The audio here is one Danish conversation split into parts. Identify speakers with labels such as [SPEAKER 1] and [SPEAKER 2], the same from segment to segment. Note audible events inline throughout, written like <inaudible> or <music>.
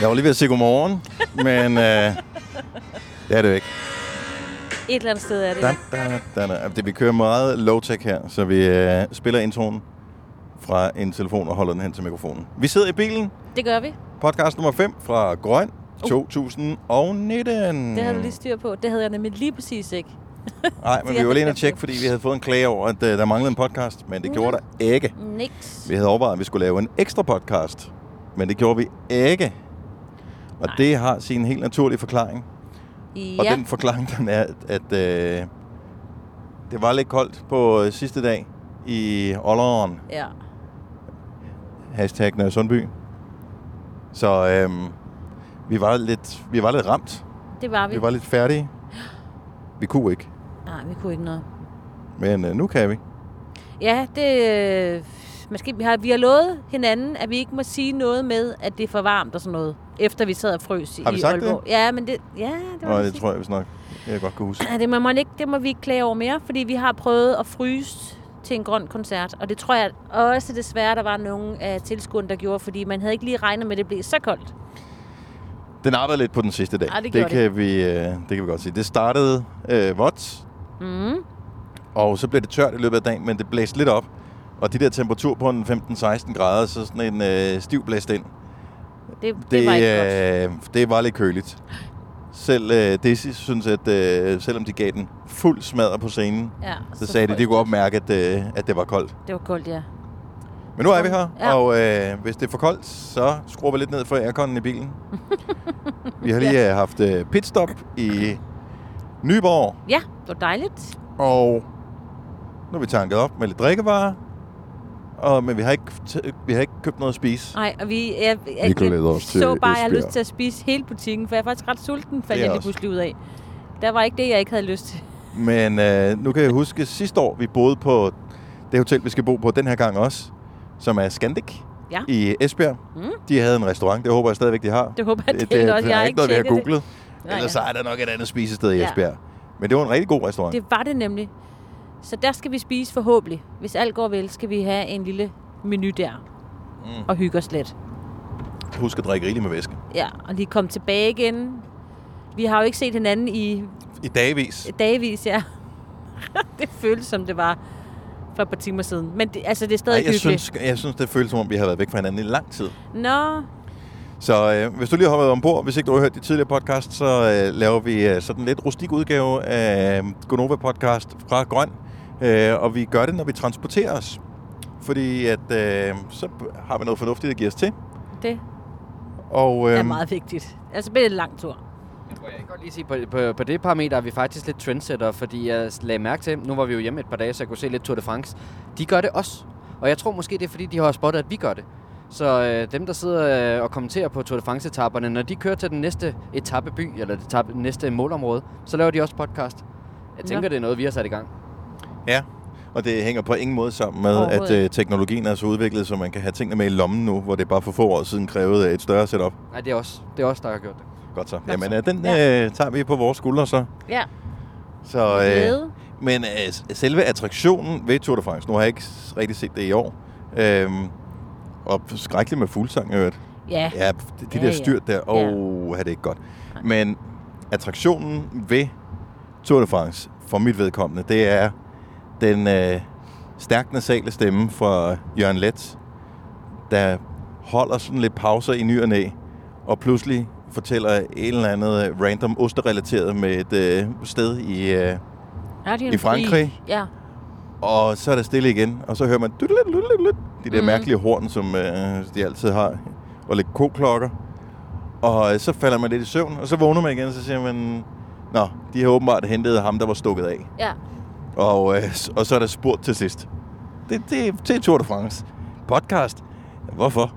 [SPEAKER 1] Jeg var lige ved at sige godmorgen, men øh, det er det jo ikke.
[SPEAKER 2] Et eller andet sted er det.
[SPEAKER 1] Da, da, da, da. Det, vi kører meget low-tech her, så vi øh, spiller introen fra en telefon og holder den hen til mikrofonen. Vi sidder i bilen.
[SPEAKER 2] Det gør vi.
[SPEAKER 1] Podcast nummer 5 fra Grøn 2019.
[SPEAKER 2] Uh. Det havde du lige styr på. Det havde jeg nemlig lige præcis ikke.
[SPEAKER 1] Mm. <laughs> Nej, men
[SPEAKER 2] Det Mm.
[SPEAKER 1] vi
[SPEAKER 2] er
[SPEAKER 1] var lige inde
[SPEAKER 2] jeg
[SPEAKER 1] og tjekke, fordi vi havde fået en klage over, at øh, der manglede en podcast, men det gjorde der ikke.
[SPEAKER 2] <laughs> Niks.
[SPEAKER 1] Vi havde overvejet, at vi skulle lave en ekstra podcast, men det gjorde vi ikke. Og Nej. det har sin helt naturlige forklaring. Og
[SPEAKER 2] Ja,
[SPEAKER 1] den forklaring, den er, at øh, det var lidt koldt på øh, sidste dag i Olleren,
[SPEAKER 2] ja.
[SPEAKER 1] hashtag Nørre Sundby. Så øh, vi, var lidt, vi var lidt ramt.
[SPEAKER 2] det var vi.
[SPEAKER 1] Vi var lidt færdige. Vi kunne ikke,
[SPEAKER 2] Nej, vi kunne ikke noget.
[SPEAKER 1] men øh, nu kan vi.
[SPEAKER 2] Ja, det... øh, Måske vi har, vi har lovet hinanden, at vi ikke må sige noget med, at det er for varmt og sådan noget, efter vi sad og frøs
[SPEAKER 1] Har vi
[SPEAKER 2] i
[SPEAKER 1] sagt det?
[SPEAKER 2] Aalborg. Ja, men det, ja, det var
[SPEAKER 1] Og
[SPEAKER 2] det
[SPEAKER 1] det
[SPEAKER 2] sidste.
[SPEAKER 1] tror jeg, vi nok, jeg godt kan huske.
[SPEAKER 2] Ja, <clears throat> det må, man ikke, det må vi ikke klage over mere, fordi vi har prøvet at fryse til en grøn koncert. Og det tror jeg også desværre, der var nogen af tilskuerne, der gjorde, fordi man havde ikke lige regnet med, at det blev så koldt.
[SPEAKER 1] Den arbejdede lidt på den sidste dag.
[SPEAKER 2] Ja, Ah, det
[SPEAKER 1] det,
[SPEAKER 2] gjorde
[SPEAKER 1] kan Vi, øh, det kan vi godt sige. Det startede øh, vådt,
[SPEAKER 2] Mm.
[SPEAKER 1] og så blev det tørt i løbet af dagen, men det blæste lidt op. Og de der temperaturer på en 15-16 grader, så sådan en øh, stiv blæst ind.
[SPEAKER 2] Det, det, det var ikke godt.
[SPEAKER 1] øh, det var lidt køligt. Selv øh, Dizzy synes, at øh, selvom de gav den fuld smadder på scenen,
[SPEAKER 2] Ja,
[SPEAKER 1] så, sagde de,
[SPEAKER 2] koldt.
[SPEAKER 1] de kunne opmærke, at, øh, at det var koldt.
[SPEAKER 2] Det var koldt, ja.
[SPEAKER 1] Men nu er vi her, ja.
[SPEAKER 2] Ja.
[SPEAKER 1] og øh, hvis det er for koldt, så skruer vi lidt ned for airconen i
[SPEAKER 2] <laughs>
[SPEAKER 1] bilen. vi har lige øh, haft øh, pitstop i Nyborg,
[SPEAKER 2] Ja, det var dejligt.
[SPEAKER 1] Og nu er vi tanket op med lidt drikkevarer. Og, men vi har, ikke, t- vi har ikke købt noget at spise.
[SPEAKER 2] Nej, og vi, jeg, jeg,
[SPEAKER 1] Vi glæder os til
[SPEAKER 2] så bare, at jeg har
[SPEAKER 1] Esbjerg.
[SPEAKER 2] lyst til at spise hele butikken, for jeg er faktisk ret sulten,
[SPEAKER 1] Det er
[SPEAKER 2] fandt jeg lige
[SPEAKER 1] også.
[SPEAKER 2] pludselig ud af. Der var ikke det, jeg ikke havde lyst til.
[SPEAKER 1] Men øh, nu kan jeg huske, sidste år vi boede på det hotel, vi skal bo på den her gang også, som er Scandic
[SPEAKER 2] Ja.
[SPEAKER 1] i Esbjerg.
[SPEAKER 2] Mm.
[SPEAKER 1] De havde en restaurant, det håber jeg stadigvæk, de har.
[SPEAKER 2] Det håber jeg, det,
[SPEAKER 1] det,
[SPEAKER 2] også.
[SPEAKER 1] det
[SPEAKER 2] Jeg
[SPEAKER 1] er
[SPEAKER 2] har
[SPEAKER 1] ikke noget, vi har
[SPEAKER 2] tjekket det.
[SPEAKER 1] googlet.
[SPEAKER 2] Nej,
[SPEAKER 1] Ellers
[SPEAKER 2] ja.
[SPEAKER 1] er der nok et andet spisested i
[SPEAKER 2] Ja.
[SPEAKER 1] Esbjerg. Men det var en rigtig god restaurant.
[SPEAKER 2] Det var det nemlig. Så der skal vi spise forhåbentlig. Hvis alt går vel, skal vi have en lille menu der.
[SPEAKER 1] Mm.
[SPEAKER 2] Mm. Og hygge os lidt.
[SPEAKER 1] Husk at drikke rigeligt med væske.
[SPEAKER 2] Ja, og lige komme tilbage igen. Vi har jo ikke set hinanden i
[SPEAKER 1] I dagvis.
[SPEAKER 2] dagvis, ja. <laughs> det føles som det var for et par timer siden. Men det, altså, det er stadig
[SPEAKER 1] Ej, jeg,
[SPEAKER 2] hyggeligt.
[SPEAKER 1] synes, jeg synes, det føles som om, vi har været væk fra hinanden i lang tid.
[SPEAKER 2] Nå,
[SPEAKER 1] Så øh, hvis du lige har hoppet ombord, hvis ikke du har hørt de tidligere podcast, så øh, laver vi øh, sådan en lidt rustik udgave af øh, Gonova podcast fra Grøn. Øh, og vi gør det, når vi transporterer os. Fordi at, øh, så har vi noget fornuftigt at give os til.
[SPEAKER 2] det
[SPEAKER 1] Og, øh,
[SPEAKER 2] er meget vigtigt. Altså, det er en lang tur.
[SPEAKER 3] Må jeg ikke godt lige sige, på, på, på det parameter er vi faktisk lidt trendsetter, fordi jeg lagde mærke til, nu var vi jo hjemme et par dage, så jeg kunne se lidt Tour de France. De gør det også, og jeg tror måske, det er fordi, de har spottet, at vi gør det. Så øh, dem, der sidder øh, og kommenterer på Tour de France-etaperne, når de kører til den næste etappeby, eller det etape, næste målområde, så laver de også podcast. Jeg tænker,
[SPEAKER 2] Nå.
[SPEAKER 3] det er noget, vi har sat i gang.
[SPEAKER 1] ja, og det hænger på ingen måde sammen med, at
[SPEAKER 2] Overhovedet
[SPEAKER 1] øh, teknologien er så udviklet, så man kan have tingene med i lommen nu, hvor det bare for få år siden krævede et større setup.
[SPEAKER 3] Nej, det er os, det er os der har gjort det.
[SPEAKER 1] Godt så.
[SPEAKER 2] så.
[SPEAKER 1] Jamen, øh, den øh, tager vi på vores skuldre så.
[SPEAKER 2] Ja.
[SPEAKER 1] Så, øh,
[SPEAKER 2] Glæde.
[SPEAKER 1] Men øh, s- selve attraktionen ved Tour de France, nu har jeg ikke s- rigtig set det i år, øhm, og skrækkeligt med fuglsang, i øvrigt.
[SPEAKER 2] Ja.
[SPEAKER 1] Ja, p- de, de
[SPEAKER 2] Ja,
[SPEAKER 1] der
[SPEAKER 2] ja.
[SPEAKER 1] styrt der, åh,
[SPEAKER 2] Ja.
[SPEAKER 1] oh, det ikke godt. Men attraktionen ved Tour de France, for mit vedkommende, det er den øh, stærkt nasale stemme fra Jørgen Let, der holder sådan lidt pauser i ny og næ, og pludselig fortæller et eller andet øh, random osterrelateret med et øh, sted i... Øh,
[SPEAKER 2] Radio
[SPEAKER 1] I Frankrig?
[SPEAKER 2] Ja.
[SPEAKER 1] Og så er der stille igen, og så hører man dyttelutteluttelut, de der mm.
[SPEAKER 2] Mhm.
[SPEAKER 1] mærkelige horn, som øh, de altid har, og lidt koklokker. Og øh, så falder man lidt i søvn, og så vågner man igen, og så siger man, nå, de har åbenbart hentet ham, der var stukket af.
[SPEAKER 2] Ja.
[SPEAKER 1] Og, øh, s- og så er der spurgt til sidst. Det, det, det er Tour de France. Podcast. Hvorfor?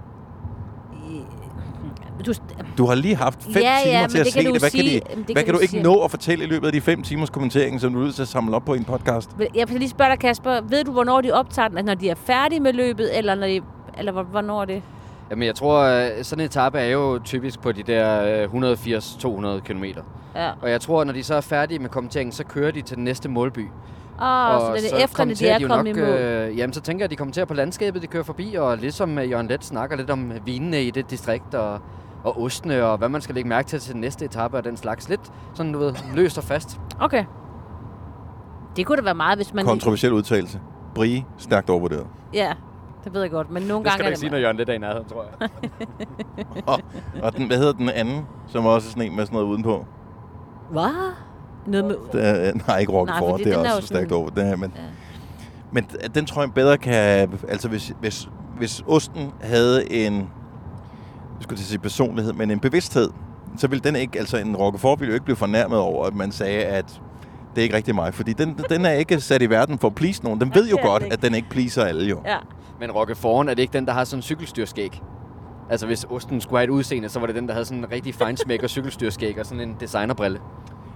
[SPEAKER 2] Du,
[SPEAKER 1] Du har lige haft fem
[SPEAKER 2] Ja, ja,
[SPEAKER 1] timer
[SPEAKER 2] men
[SPEAKER 1] til at
[SPEAKER 2] det
[SPEAKER 1] se
[SPEAKER 2] kan du
[SPEAKER 1] det. Hvad
[SPEAKER 2] sige.
[SPEAKER 1] kan, de,
[SPEAKER 2] Jamen, det
[SPEAKER 1] hvad
[SPEAKER 2] kan
[SPEAKER 1] kan du,
[SPEAKER 2] du
[SPEAKER 1] ikke
[SPEAKER 2] sige.
[SPEAKER 1] nå at fortælle i løbet af de fem timers kommentering, som du er nødt til at samle op på i en podcast?
[SPEAKER 2] jeg vil lige spørge dig, Kasper. Ved du, hvornår de optager den? Altså, når de er færdige med løbet, eller, når de, eller hvor- hvornår er det?
[SPEAKER 3] Jamen, jeg tror, øh, sådan en etape er jo typisk på de der øh, 180-200 km.
[SPEAKER 2] Ja.
[SPEAKER 3] Og jeg tror, når de så er færdige med kommenteringen, så kører de til den næste målby.
[SPEAKER 2] Åh, oh, så, så det er efter, at de er
[SPEAKER 3] jo
[SPEAKER 2] kommet i mål.
[SPEAKER 3] Øh, jamen, så tænker jeg, øh, at de kommenterer på landskabet, de kører forbi, og ligesom øh, Jørgen Let snakker lidt om vinene i det distrikt, og, og ostene, og hvad man skal lægge mærke til til den næste etape og den slags. Lidt sådan, du ved, løst og fast.
[SPEAKER 2] Okay. Det kunne da være meget, hvis man...
[SPEAKER 1] Kontroversiel udtalelse. Brie, stærkt overvurderet.
[SPEAKER 2] Ja, det ved jeg godt, men nogle
[SPEAKER 3] Det skal
[SPEAKER 2] gange
[SPEAKER 3] du ikke sige,
[SPEAKER 2] er
[SPEAKER 3] når
[SPEAKER 2] det...
[SPEAKER 3] Jørgen lidt er i nærheden, tror jeg.
[SPEAKER 1] Og, og den, hvad hedder den anden, som også er sådan en med sådan noget udenpå?
[SPEAKER 2] Hvad? Noget med...
[SPEAKER 1] Det er, øh, nej, ikke Rocky
[SPEAKER 2] Nej,
[SPEAKER 1] Ford,
[SPEAKER 2] fordi
[SPEAKER 1] det er
[SPEAKER 2] den er
[SPEAKER 1] også
[SPEAKER 2] jo sådan-
[SPEAKER 1] stærkt over. Det er, men,
[SPEAKER 2] Ja.
[SPEAKER 1] ja. men d- den tror jeg bedre kan... Altså, hvis, hvis, hvis osten havde en... Jeg skulle til at sige personlighed, men en bevidsthed, så ville den ikke... Altså, en Rocky Ford ville jo ikke blive fornærmet over, at man sagde, at det er ikke rigtig mig. Fordi den, den er ikke sat i verden for at please nogen. Den
[SPEAKER 2] Ja,
[SPEAKER 1] ved jo
[SPEAKER 2] det er den
[SPEAKER 1] godt,
[SPEAKER 2] ikke.
[SPEAKER 1] at den ikke pleaser alle jo.
[SPEAKER 2] ja.
[SPEAKER 3] <laughs>
[SPEAKER 2] <laughs>
[SPEAKER 3] Men Rokke Foran, er det ikke den, der har sådan en cykelstyrskæg? Altså, hvis osten skulle have et udseende, så var det den, der havde sådan en rigtig fejnsmæk og cykelstyrskæg og sådan en <laughs> designerbrille.
[SPEAKER 1] Øh,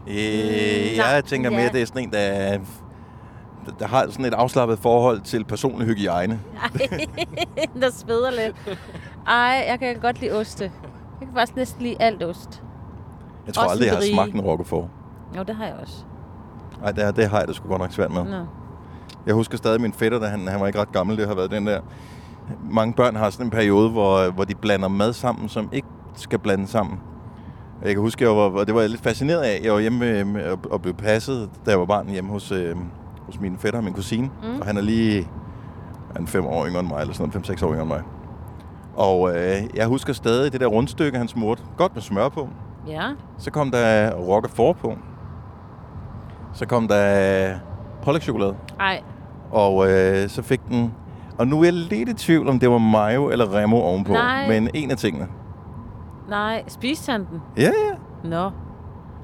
[SPEAKER 2] Mm, nej,
[SPEAKER 1] jeg tænker mere,
[SPEAKER 2] ja.
[SPEAKER 1] at det er sådan en, der, der- der har sådan et afslappet forhold til personlig hygiejne.
[SPEAKER 2] Ej, der sveder lidt. Ej, jeg kan godt lide oste. Jeg kan faktisk næsten lide alt ost.
[SPEAKER 1] Jeg tror
[SPEAKER 2] Også
[SPEAKER 1] aldrig, jeg har
[SPEAKER 2] Brie.
[SPEAKER 1] smagt en roquefort.
[SPEAKER 2] Jo, det har jeg også.
[SPEAKER 1] Nej, det, det har jeg da sgu godt nok svært med.
[SPEAKER 2] Nå.
[SPEAKER 1] Jeg husker stadig min fætter, da han, han var ikke ret gammel, det har været den der. Mange børn har sådan en periode, hvor, hvor de blander mad sammen, som ikke skal blande sammen. Og Jeg kan huske, jeg var, og det var jeg lidt fascineret af. Jeg var hjemme med- med- og- og blev passet, da jeg var barn hjemme hos, øh, hos min fætter og min kusine. Mm. Og han er lige han er fem år yngre end mig, eller sådan noget, fem-seks år yngre end mig. Og øh, jeg husker stadig det der rundstykke, han smurte. Godt med smør på.
[SPEAKER 2] Ja.
[SPEAKER 1] Så kom der rocker for på. Så kom der pålægtschokolade.
[SPEAKER 2] Ej,
[SPEAKER 1] Og øh, så fik den... Og nu er jeg lidt i tvivl, om det var mayo eller remo ovenpå.
[SPEAKER 2] Nej.
[SPEAKER 1] Men en af tingene.
[SPEAKER 2] nej. Spiste han den?
[SPEAKER 1] Ja, ja.
[SPEAKER 2] Nå.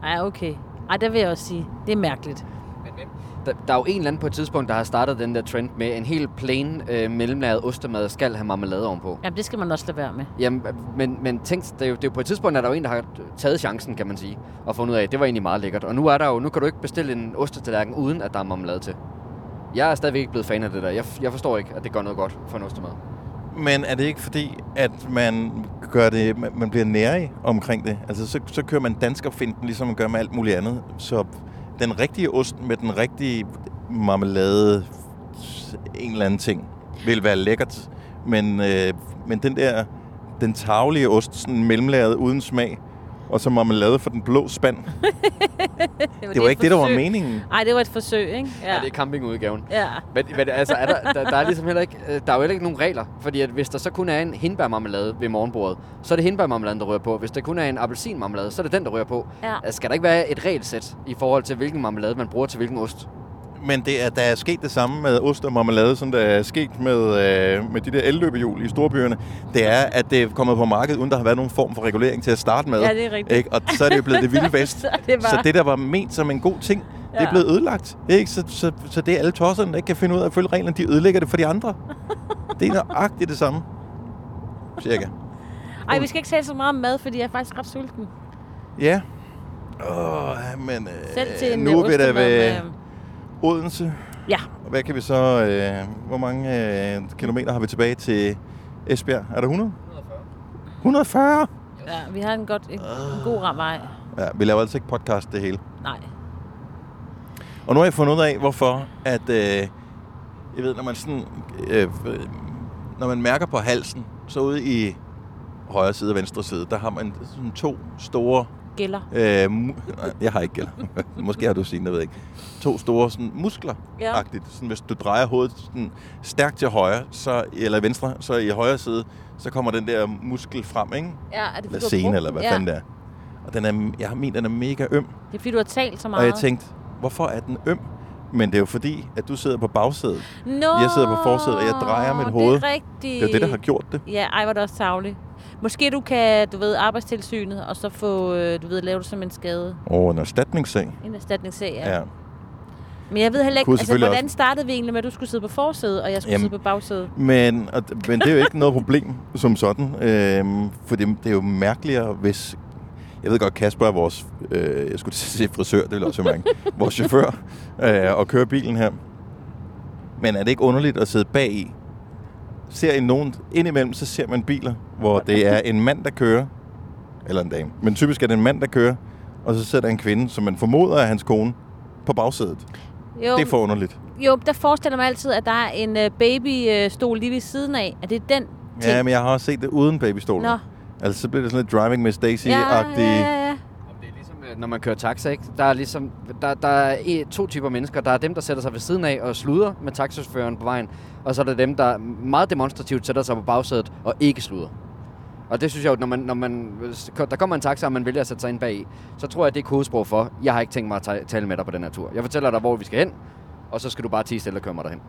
[SPEAKER 2] Ej, okay. Ej, det vil jeg også sige. Det er mærkeligt.
[SPEAKER 3] Der, der er jo en eller anden på et tidspunkt, der har startet den der trend med en helt plain øh, mellemlaget ostemad skal have marmelade ovenpå.
[SPEAKER 2] Jamen, det skal man også lade være med.
[SPEAKER 3] Jamen, men, men tænk, det er, jo, det er jo på et tidspunkt, at der er jo en, der har taget chancen, kan man sige, og fundet ud af, at det var egentlig meget lækkert. Og nu er der jo, nu kan du ikke bestille en ostetallerken, uden at der er marmelade til. Jeg er stadigvæk ikke blevet fan af det der. Jeg, jeg forstår ikke, at det gør noget godt for en ostemad.
[SPEAKER 1] Men er det ikke fordi, at man gør det, man man bliver nærig omkring det? Altså, så, så kører man danskerfinden, ligesom man gør med alt muligt andet. Så den rigtige ost med den rigtige marmelade, en eller anden ting, vil være lækkert. Men, øh, men den der, den tavlige ost, sådan mellemlaget uden smag, og så marmelade for den blå spand. Det var ikke det, der var meningen.
[SPEAKER 2] Nej, det var et forsøg, ikke?
[SPEAKER 3] Ja. Er det er campingudgaven.
[SPEAKER 2] Ja.
[SPEAKER 3] Men, men altså, er <laughs> der, der, der, er ligesom heller ikke, øh, der er jo heller ikke nogen regler. Fordi at hvis der så kun er en hindbærmarmelade ved morgenbordet, så er det hindbærmarmeladen, der rører på. Hvis der kun er en appelsinmarmelade, så er det den, der rører på.
[SPEAKER 2] Ja.
[SPEAKER 3] Altså, Skal der ikke være et regelsæt i forhold til, hvilken marmelade man bruger til hvilken ost?
[SPEAKER 1] Men det er, der er sket det samme med ost og marmelade, som der er sket med, øh, med de der elløbehjul i storbyerne. Det er, at det er kommet på markedet, uden der har været nogen form for regulering til at starte med.
[SPEAKER 2] Ja, det er rigtigt.
[SPEAKER 1] Ikke? Og så er det jo blevet det vilde vest.
[SPEAKER 2] Så er <laughs> det bare-
[SPEAKER 1] så det, der var ment som en god ting, det
[SPEAKER 2] Ja.
[SPEAKER 1] er blevet ødelagt. Ikke? Så, så, så det er alle tosserne, der ikke kan finde ud af at følge reglerne, de ødelægger det for de
[SPEAKER 2] <laughs>
[SPEAKER 1] andre. Det er nøjagtigt det samme. Cirka.
[SPEAKER 2] Ej, vi skal ikke tale så meget om mad, fordi jeg er faktisk ret sulten.
[SPEAKER 1] Ja. Åh, men øh,
[SPEAKER 2] Selv til en
[SPEAKER 1] nu er vi da
[SPEAKER 2] ostemad
[SPEAKER 1] ved
[SPEAKER 2] med-
[SPEAKER 1] Odense.
[SPEAKER 2] øh, Ja,
[SPEAKER 1] Og Hvad kan vi så... Øh, hvor mange øh, kilometer har vi tilbage til Esbjerg? Er der 100? 140. 140?
[SPEAKER 2] ja, vi har en, godt, en, en
[SPEAKER 1] Øh.
[SPEAKER 2] god ram vej.
[SPEAKER 1] Ja, vi laver altså ikke podcast det hele.
[SPEAKER 2] Nej.
[SPEAKER 1] Og nu har jeg fundet ud af, hvorfor at... Øh, jeg ved, når man sådan... Øh, øh, når man mærker på halsen, så ude i højre side og venstre side, der har man sådan to store...
[SPEAKER 2] Gælder.
[SPEAKER 1] Øh, mu- Nej, jeg har ikke gælder. <laughs> Måske har du sine, jeg ved ikke. To store sådan, muskler
[SPEAKER 2] Ja.
[SPEAKER 1] -agtigt. Sådan, hvis du drejer hovedet sådan, stærkt til højre, så, eller venstre, så i højre side, så kommer den der muskel frem, ikke?
[SPEAKER 2] Ja, er det,
[SPEAKER 1] Eller
[SPEAKER 2] fordi, du har
[SPEAKER 1] scene,
[SPEAKER 2] brugt
[SPEAKER 1] eller hvad
[SPEAKER 2] den?
[SPEAKER 1] ja. fanden det er. Og den er, jeg har ment, den er mega øm.
[SPEAKER 2] Det er fordi, du har talt så meget.
[SPEAKER 1] Og jeg tænkte, hvorfor er den øm? Men det er jo fordi, at du sidder på bagsædet.
[SPEAKER 2] Nå,
[SPEAKER 1] jeg sidder på forsædet, og jeg drejer mit hoved.
[SPEAKER 2] Det er rigtigt.
[SPEAKER 1] Det er jo det, der har gjort det.
[SPEAKER 2] Ja, ej, var det også savligt. Måske du kan, du ved, arbejdstilsynet, og så få, øh, du ved, lave det som en skade.
[SPEAKER 1] Åh, en erstatningssag.
[SPEAKER 2] En erstatningssag, ja.
[SPEAKER 1] Ja.
[SPEAKER 2] ja. Men jeg ved heller ikke,
[SPEAKER 1] Kunne
[SPEAKER 2] altså,
[SPEAKER 1] selvfølgelig
[SPEAKER 2] hvordan startede vi egentlig med, at du skulle sidde på forsædet, og jeg skulle
[SPEAKER 1] Jamen.
[SPEAKER 2] sidde på bagsædet?
[SPEAKER 1] Men, og, d- men det er jo ikke noget problem som sådan, øhm, for det, det er jo mærkeligere, hvis... Jeg ved godt, Kasper er vores, øh, jeg skulle til at sige frisør, det vil også være mærkeligt, vores chauffør, øh, og kører bilen her. Men er det ikke underligt at sidde bag i? Ser I nogen, indimellem så ser man biler, hvor det er en mand, der kører, eller en dame, men typisk er det en mand, der kører, og så sidder der en kvinde, som man formoder er hans kone, på bagsædet.
[SPEAKER 2] Jo,
[SPEAKER 1] Det er for underligt.
[SPEAKER 2] jo, der forestiller mig altid, at der er en øh, babystol lige ved siden af. Er det den ting?
[SPEAKER 1] Ja, men jeg har også set det uden babystolen.
[SPEAKER 2] Nå.
[SPEAKER 1] Altså, så bliver det sådan lidt Driving Miss
[SPEAKER 2] ja,
[SPEAKER 1] Daisy-agtig.
[SPEAKER 2] ja, ja.
[SPEAKER 3] Det er ligesom, øh, når man kører taxa, ikke? Der er ligesom, der, der er e- to typer mennesker. Der er dem, der sætter sig ved siden af og sluder med taxachaufføren på vejen. Og så er der dem, der meget demonstrativt sætter sig på bagsædet og ikke sluder. Og det synes jeg jo, når, man, når man, hvis der kommer en taxa, og man vælger at sætte sig ind bag, så tror jeg, det er kodesprog for, jeg har ikke tænkt mig at ta- tale med dig på den her tur. Jeg fortæller dig, hvor vi skal hen, og så skal du bare tige stille og køre mig derhen.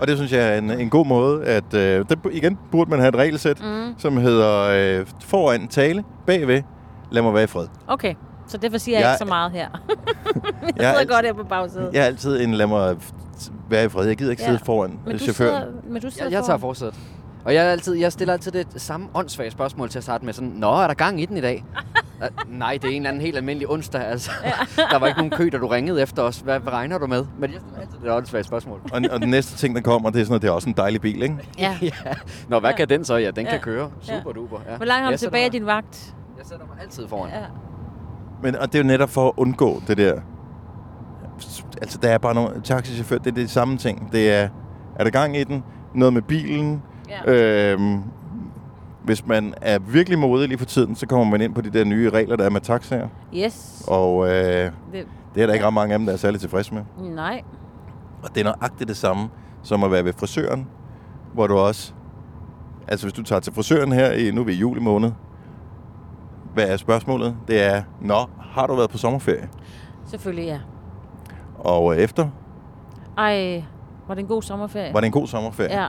[SPEAKER 1] Og det synes jeg er en, en god måde, at øh, der, igen burde man have et regelsæt, mm. som hedder øh, foran tale, bagved, lad mig være i fred.
[SPEAKER 2] Okay, så derfor siger jeg,
[SPEAKER 1] Jeg-
[SPEAKER 2] jeg ikke så meget her. <laughs>
[SPEAKER 1] Jeg
[SPEAKER 2] Jeg
[SPEAKER 1] er,
[SPEAKER 2] sidder godt
[SPEAKER 1] altid,
[SPEAKER 2] her på bagsædet.
[SPEAKER 1] jeg er altid en lad mig være i fred. Jeg gider ikke ja.
[SPEAKER 2] Ja.
[SPEAKER 1] sidde foran
[SPEAKER 2] men,
[SPEAKER 1] øh,
[SPEAKER 2] du
[SPEAKER 1] chaufføren.
[SPEAKER 2] sidder, men du sidder
[SPEAKER 3] Jeg, jeg tager forsædet. Og jeg, er altid, jeg stiller altid det samme åndssvage spørgsmål til at starte med. Sådan, Nå, er der gang i den i
[SPEAKER 2] <laughs>
[SPEAKER 3] dag? Ah, Nej, det er en eller anden helt almindelig onsdag. Altså. <laughs> der var ikke nogen kø, da du ringede efter os. Hvad, hvad regner du med? Men jeg stiller altid det åndssvage spørgsmål.
[SPEAKER 1] Og, og den næste ting, der kommer, det er sådan, at det er også en dejlig bil, ikke?
[SPEAKER 2] <laughs> Ja.
[SPEAKER 3] <laughs> ja. Nå, hvad kan den så? Ja, den
[SPEAKER 2] Ja.
[SPEAKER 3] kan køre.
[SPEAKER 2] Ja.
[SPEAKER 3] Super duper. Ja.
[SPEAKER 2] Hvor langt har du
[SPEAKER 3] Jeg sætter
[SPEAKER 2] tilbage af
[SPEAKER 3] mig-
[SPEAKER 2] din vagt?
[SPEAKER 3] Jeg sætter mig altid foran.
[SPEAKER 2] Ja.
[SPEAKER 1] Men, og det er jo netop for at undgå det der. Altså, der er bare nogle taxichauffører, det er det samme ting. Det er, er der gang i den? Noget med bilen?
[SPEAKER 2] Ja.
[SPEAKER 1] Ja. Øhm, hvis man er virkelig modig lige for tiden, så kommer man ind på de der nye regler, der er med taxaer.
[SPEAKER 2] Yes.
[SPEAKER 1] Og øh,
[SPEAKER 2] Det,
[SPEAKER 1] det er der ikke ret mange af dem, der er særlig tilfredse med.
[SPEAKER 2] nej.
[SPEAKER 1] Og det er nøjagtigt det samme som at være ved frisøren, hvor du også... Altså hvis du tager til frisøren her, i, nu er vi i juli måned, hvad er spørgsmålet? Det er, nå, har du været på sommerferie?
[SPEAKER 2] Selvfølgelig ja.
[SPEAKER 1] Og øh, efter,
[SPEAKER 2] Ej, var det en god sommerferie?
[SPEAKER 1] var det en god sommerferie?
[SPEAKER 2] Ja.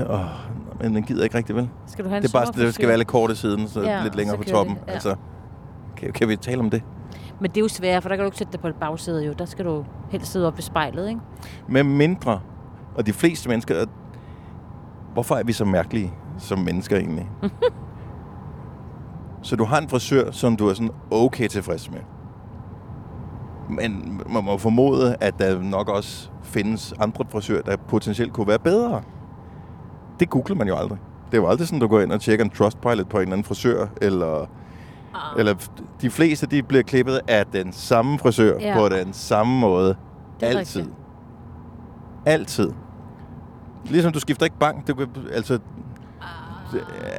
[SPEAKER 1] Øh, øh, men den gider ikke rigtig, vel?
[SPEAKER 2] Skal du have en
[SPEAKER 1] Det er bare, sådan, det skal
[SPEAKER 2] sommerferie?
[SPEAKER 1] være lidt korte siden, så ja,
[SPEAKER 2] Ja,
[SPEAKER 1] lidt længere
[SPEAKER 2] så
[SPEAKER 1] på
[SPEAKER 2] kører
[SPEAKER 1] toppen.
[SPEAKER 2] det,
[SPEAKER 1] Ja.
[SPEAKER 2] ja.
[SPEAKER 1] Altså, kan, kan vi tale om det?
[SPEAKER 2] Men det er jo svært, for der kan du ikke sætte dig på et bagsæde jo. Der skal du helst sidde op ved spejlet, ikke?
[SPEAKER 1] Med mindre, og de fleste mennesker... og Hvorfor er vi så mærkelige som mennesker egentlig? så du har en frisør, som du er sådan okay tilfreds med. Men man må formode, at der nok også findes andre frisører, der potentielt kunne være bedre. Det googler man jo aldrig. Det er jo aldrig sådan, du går ind og tjekker en Trustpilot på en eller anden frisør, eller,
[SPEAKER 2] Ah.
[SPEAKER 1] eller de fleste de bliver klippet af den samme frisør ja.
[SPEAKER 2] Ja.
[SPEAKER 1] på den samme måde.
[SPEAKER 2] Det er
[SPEAKER 1] Altid.
[SPEAKER 2] rigtigt.
[SPEAKER 1] Altid. Ligesom du skifter ikke bank, du kan, altså...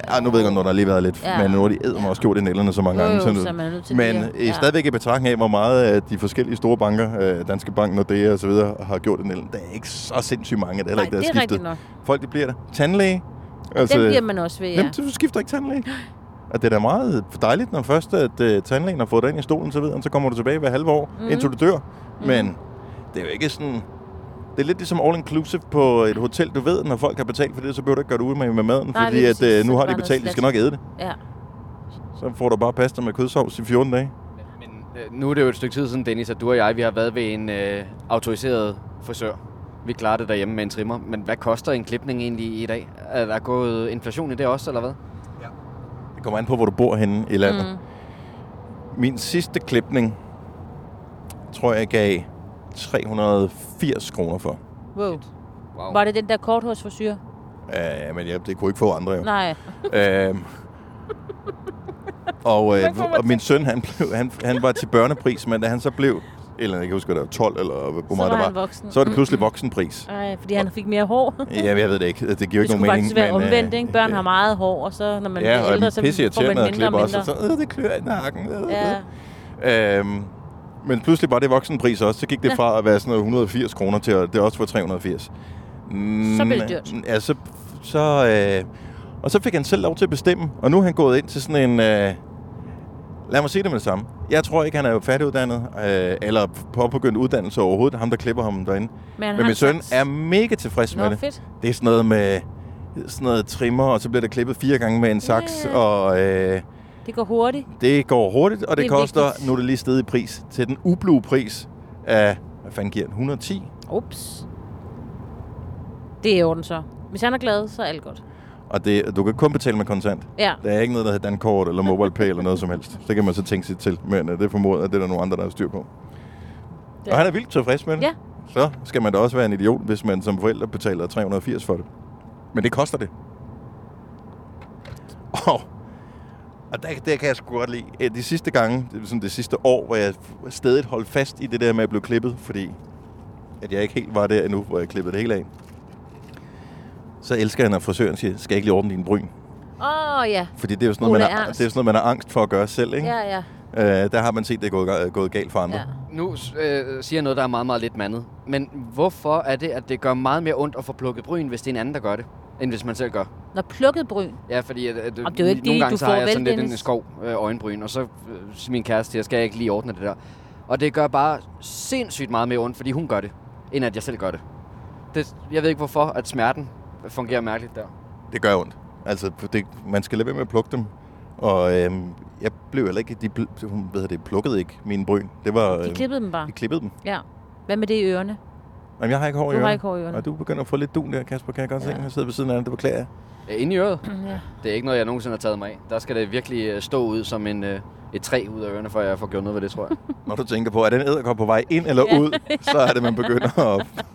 [SPEAKER 1] Ah, nu ved jeg godt, når der lige har været lidt, ja.
[SPEAKER 2] Ja.
[SPEAKER 1] men nu har de æder også gjort i nælderne så mange
[SPEAKER 2] Jo,
[SPEAKER 1] gange.
[SPEAKER 2] jo,
[SPEAKER 1] sådan
[SPEAKER 2] så
[SPEAKER 1] noget.
[SPEAKER 2] man er nødt til
[SPEAKER 1] men
[SPEAKER 2] lige at-
[SPEAKER 1] øh,
[SPEAKER 2] ja.
[SPEAKER 1] stadigvæk i betragtning af, hvor meget af de forskellige store banker, øh, Danske Bank, Nordea og så videre, har gjort i nælderne. Der er ikke så sindssygt mange, der heller
[SPEAKER 2] Nej,
[SPEAKER 1] ikke, der
[SPEAKER 2] det
[SPEAKER 1] er
[SPEAKER 2] er
[SPEAKER 1] skiftet.
[SPEAKER 2] rigtigt nok.
[SPEAKER 1] Folk, de bliver der. Tandlæge. Altså,
[SPEAKER 2] Den bliver man også ved, ja.
[SPEAKER 1] Jamen, du skifter ikke
[SPEAKER 2] <gasps>
[SPEAKER 1] tandlæge. Og det er da meget dejligt, når først at, uh, tandlægen har fået dig ind i stolen, så ved han, så kommer du tilbage hver halve år, mm. indtil du dør. Mm. Men det er jo ikke sådan... Det er lidt ligesom all-inclusive på et hotel. Du ved, når folk har betalt for det, så behøver du ikke gøre det ud med, med maden,
[SPEAKER 2] Nej,
[SPEAKER 1] fordi
[SPEAKER 2] lige
[SPEAKER 1] at,
[SPEAKER 2] præcis.
[SPEAKER 1] uh, nu
[SPEAKER 2] Så
[SPEAKER 1] har
[SPEAKER 2] er
[SPEAKER 1] de
[SPEAKER 2] det bare
[SPEAKER 1] betalt, de
[SPEAKER 2] noget
[SPEAKER 1] skal nok æde det.
[SPEAKER 2] Ja.
[SPEAKER 1] Så får du bare pasta med kødsovs i 14 dage.
[SPEAKER 3] Men øh, nu er det jo et stykke tid siden, Dennis, at du og jeg vi har været ved en øh, autoriseret frisør. Vi klarer det derhjemme med en trimmer. Men hvad koster en klipning egentlig i dag? Er der gået inflation i det også, eller hvad?
[SPEAKER 1] Det kommer an på, hvor du bor henne i landet. Mm. Min sidste klipning, tror jeg, gav 380 kroner for.
[SPEAKER 2] Wow.
[SPEAKER 3] Wow.
[SPEAKER 2] Var det den der korthårsforsyre?
[SPEAKER 1] Uh, men jeg, det kunne ikke få andre, jo.
[SPEAKER 2] Nej.
[SPEAKER 1] Øhm. og, øh, og min søn, han, blev, han, han var til børnepris, men da han så blev, eller jeg kan huske, det var 12, eller hvor meget
[SPEAKER 2] var
[SPEAKER 1] der
[SPEAKER 2] han
[SPEAKER 1] var,
[SPEAKER 2] voksen. Mm.
[SPEAKER 1] så var det pludselig voksenpris.
[SPEAKER 2] Nej, fordi han fik mere hår. Det
[SPEAKER 1] Ja, jeg ved det ikke. Det giver jo ikke
[SPEAKER 2] skulle
[SPEAKER 1] nogen mening.
[SPEAKER 2] faktisk være
[SPEAKER 1] men, øh,
[SPEAKER 2] omvendt, ikke? Børn
[SPEAKER 1] øh,
[SPEAKER 2] har meget hår, og så når man
[SPEAKER 1] ja,
[SPEAKER 2] bliver
[SPEAKER 1] og
[SPEAKER 2] ældre,
[SPEAKER 1] ældre,
[SPEAKER 2] så
[SPEAKER 1] pisse
[SPEAKER 2] får man
[SPEAKER 1] irriterende at
[SPEAKER 2] mindre og
[SPEAKER 1] klippe også.
[SPEAKER 2] mindre.
[SPEAKER 1] Og så, øh, det klør i nakken. Øh,
[SPEAKER 2] Ja.
[SPEAKER 1] øh. Øhm, men pludselig var det voksenpris også. Så gik det fra at være sådan noget 180 kroner til, at det også var 380. Mm,
[SPEAKER 2] Så blev det dyrt.
[SPEAKER 1] Ja, så, så, øh, og så fik han selv lov til at bestemme. Og nu er han gået ind til sådan en... Øh, lad mig sige det med det samme. Jeg tror ikke, han er jo færdiguddannet, øh, eller påbegyndt uddannelse overhovedet. Ham, der klipper ham derinde.
[SPEAKER 2] Men
[SPEAKER 1] Men
[SPEAKER 2] han har
[SPEAKER 1] min
[SPEAKER 2] en
[SPEAKER 1] søn
[SPEAKER 2] saks.
[SPEAKER 1] er mega tilfreds
[SPEAKER 2] Nå,
[SPEAKER 1] med det.
[SPEAKER 2] fedt.
[SPEAKER 1] Det er sådan noget med sådan noget trimmer, og så bliver det klippet fire gange med en saks,
[SPEAKER 2] Ja.
[SPEAKER 1] og øh,
[SPEAKER 2] Det går hurtigt.
[SPEAKER 1] det går hurtigt, og det,
[SPEAKER 2] Det
[SPEAKER 1] det
[SPEAKER 2] er
[SPEAKER 1] koster, vigtigt.
[SPEAKER 2] vigtigt.
[SPEAKER 1] nu er det lige stedet i pris, til den ublu pris af, hvad fanden giver den, 110?
[SPEAKER 2] Ups. Det er i orden så. Hvis han er glad, så er alt godt.
[SPEAKER 1] Og det, du kan kun betale med kontant.
[SPEAKER 2] Ja.
[SPEAKER 1] Der er ikke noget, der hedder Dankort eller MobilePay eller noget som helst. Det kan man så tænke sig til, men øh, det formoder jeg, det er der nogle andre, der har styr på.
[SPEAKER 2] Ja.
[SPEAKER 1] Og han er vildt tilfreds med det.
[SPEAKER 2] Ja.
[SPEAKER 1] Så skal man da også være en idiot, hvis man som forældre betaler 380 for det. Men det koster det. Og, og der, der kan jeg sgu godt lide. Øh, De sidste gange, det, er sådan det sidste år, hvor jeg stadig holdt fast i det der med at blive klippet, fordi at jeg ikke helt var der endnu, hvor jeg klippede det hele af. Så elsker jeg, når frisøren siger, skal jeg ikke lige ordne dine bryn?
[SPEAKER 2] Åh, oh, ja.
[SPEAKER 1] Fordi det er jo sådan noget,
[SPEAKER 2] Ole
[SPEAKER 1] man har,
[SPEAKER 2] Ernst.
[SPEAKER 1] det er jo sådan noget, man har angst for at gøre selv. Ikke?
[SPEAKER 2] Ja, ja.
[SPEAKER 1] Øh, der har man set, det er gået, gået galt for andre.
[SPEAKER 2] ja.
[SPEAKER 3] Nu øh, siger jeg noget, der er meget, meget lidt mandet. Men hvorfor er det, at det gør meget mere ondt at få plukket bryn, hvis det er en anden, der gør det, end hvis man selv gør?
[SPEAKER 2] Når plukket bryn.
[SPEAKER 3] Ja, fordi at, at,
[SPEAKER 2] Jamen, det er jo ikke
[SPEAKER 3] nogle
[SPEAKER 2] det,
[SPEAKER 3] gange
[SPEAKER 2] du
[SPEAKER 3] så
[SPEAKER 2] får
[SPEAKER 3] har jeg
[SPEAKER 2] vel,
[SPEAKER 3] sådan lidt en
[SPEAKER 2] Dennis?
[SPEAKER 3] skov øh, øjenbryn, og så øh, siger min kæreste, jeg skal ikke lige ordne det der. Og det gør bare sindssygt meget mere ondt, fordi hun gør det, end at jeg selv gør det. det jeg ved ikke hvorfor, at smerten fungerer mærkeligt der.
[SPEAKER 1] Det gør ondt. Altså, det, man skal lade være med at plukke dem. Og øhm, jeg blev heller ikke... De, bl- hun ved det, plukkede ikke mine bryn. Det var... øhm,
[SPEAKER 2] De klippede dem bare.
[SPEAKER 1] øh, de klippede dem.
[SPEAKER 2] Ja. Hvad med det i
[SPEAKER 1] <clears throat>
[SPEAKER 2] ørerne?
[SPEAKER 1] Jamen, jeg har ikke hår i
[SPEAKER 2] Du har
[SPEAKER 1] ørerne.
[SPEAKER 2] ikke hår i ørerne.
[SPEAKER 1] Og du begynder at få lidt dun der, Kasper, kan jeg godt ja.
[SPEAKER 2] Ja.
[SPEAKER 1] se. Jeg sidder ved siden af dig, det beklager jeg.
[SPEAKER 3] Øh, Inde i øret,
[SPEAKER 2] Ja.
[SPEAKER 3] det er ikke noget, jeg nogensinde har taget mig af. Der skal det virkelig øh, stå ud som en, øh, et træ ud af ørerne, før jeg får gjort noget ved det, tror jeg.
[SPEAKER 1] Når du tænker på, er den æderkop på vej ind eller ud, så er det, man begynder at...
[SPEAKER 2] <laughs>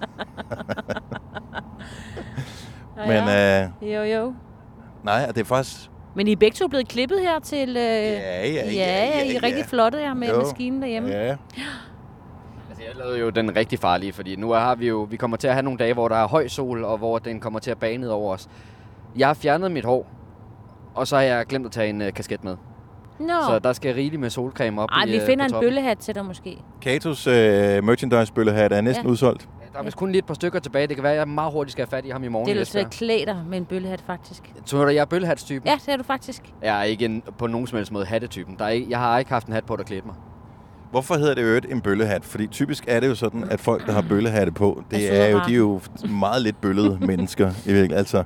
[SPEAKER 1] Men øh,
[SPEAKER 2] Jo, jo.
[SPEAKER 1] nej, og det er faktisk...
[SPEAKER 2] Men I er begge to blevet klippet her til... Øh...
[SPEAKER 1] Ja, ja, ja,
[SPEAKER 2] ja, I er
[SPEAKER 1] ja.
[SPEAKER 2] rigtig flotte her med
[SPEAKER 1] Jo.
[SPEAKER 2] maskinen derhjemme.
[SPEAKER 1] Ja,
[SPEAKER 3] Altså, jeg lavede jo den rigtig farlige, fordi nu har vi jo, vi kommer til at have nogle dage, hvor der er høj sol, og hvor den kommer til at bage ned over os. Jeg har fjernet mit hår, og så har jeg glemt at tage en øh, kasket med.
[SPEAKER 2] Nå.
[SPEAKER 3] Så der skal rigeligt med solcreme op
[SPEAKER 2] Ej,
[SPEAKER 3] i,
[SPEAKER 2] vi
[SPEAKER 3] øh,
[SPEAKER 2] finder
[SPEAKER 3] på
[SPEAKER 2] en
[SPEAKER 3] toppen.
[SPEAKER 2] bøllehat til dig måske.
[SPEAKER 1] Katos øh, merchandise-bøllehat er næsten
[SPEAKER 2] Ja.
[SPEAKER 1] ja. udsolgt.
[SPEAKER 3] Ja, Der er vist kun lige et par stykker tilbage. Det kan være, at jeg meget hurtigt skal have fat i ham i morgen.
[SPEAKER 2] Det er
[SPEAKER 3] i
[SPEAKER 2] du til
[SPEAKER 3] Esbjerg.
[SPEAKER 2] at klæde dig med en bøllehat, faktisk.
[SPEAKER 3] Tror du, jeg er bøllehatstypen?
[SPEAKER 2] Ja, det er du faktisk.
[SPEAKER 3] Jeg er ikke en, på nogen som helst måde hattetypen. Der er ikke, jeg har ikke haft en hat på, der klædte mig.
[SPEAKER 1] Hvorfor hedder det i øvrigt en bøllehat? Fordi typisk er det jo sådan, at folk, der har bøllehatte på, det
[SPEAKER 2] Er
[SPEAKER 1] er jo, de er jo
[SPEAKER 2] søde
[SPEAKER 1] meget lidt
[SPEAKER 2] <laughs>
[SPEAKER 1] bøllede mennesker. I virkeligheden. Altså,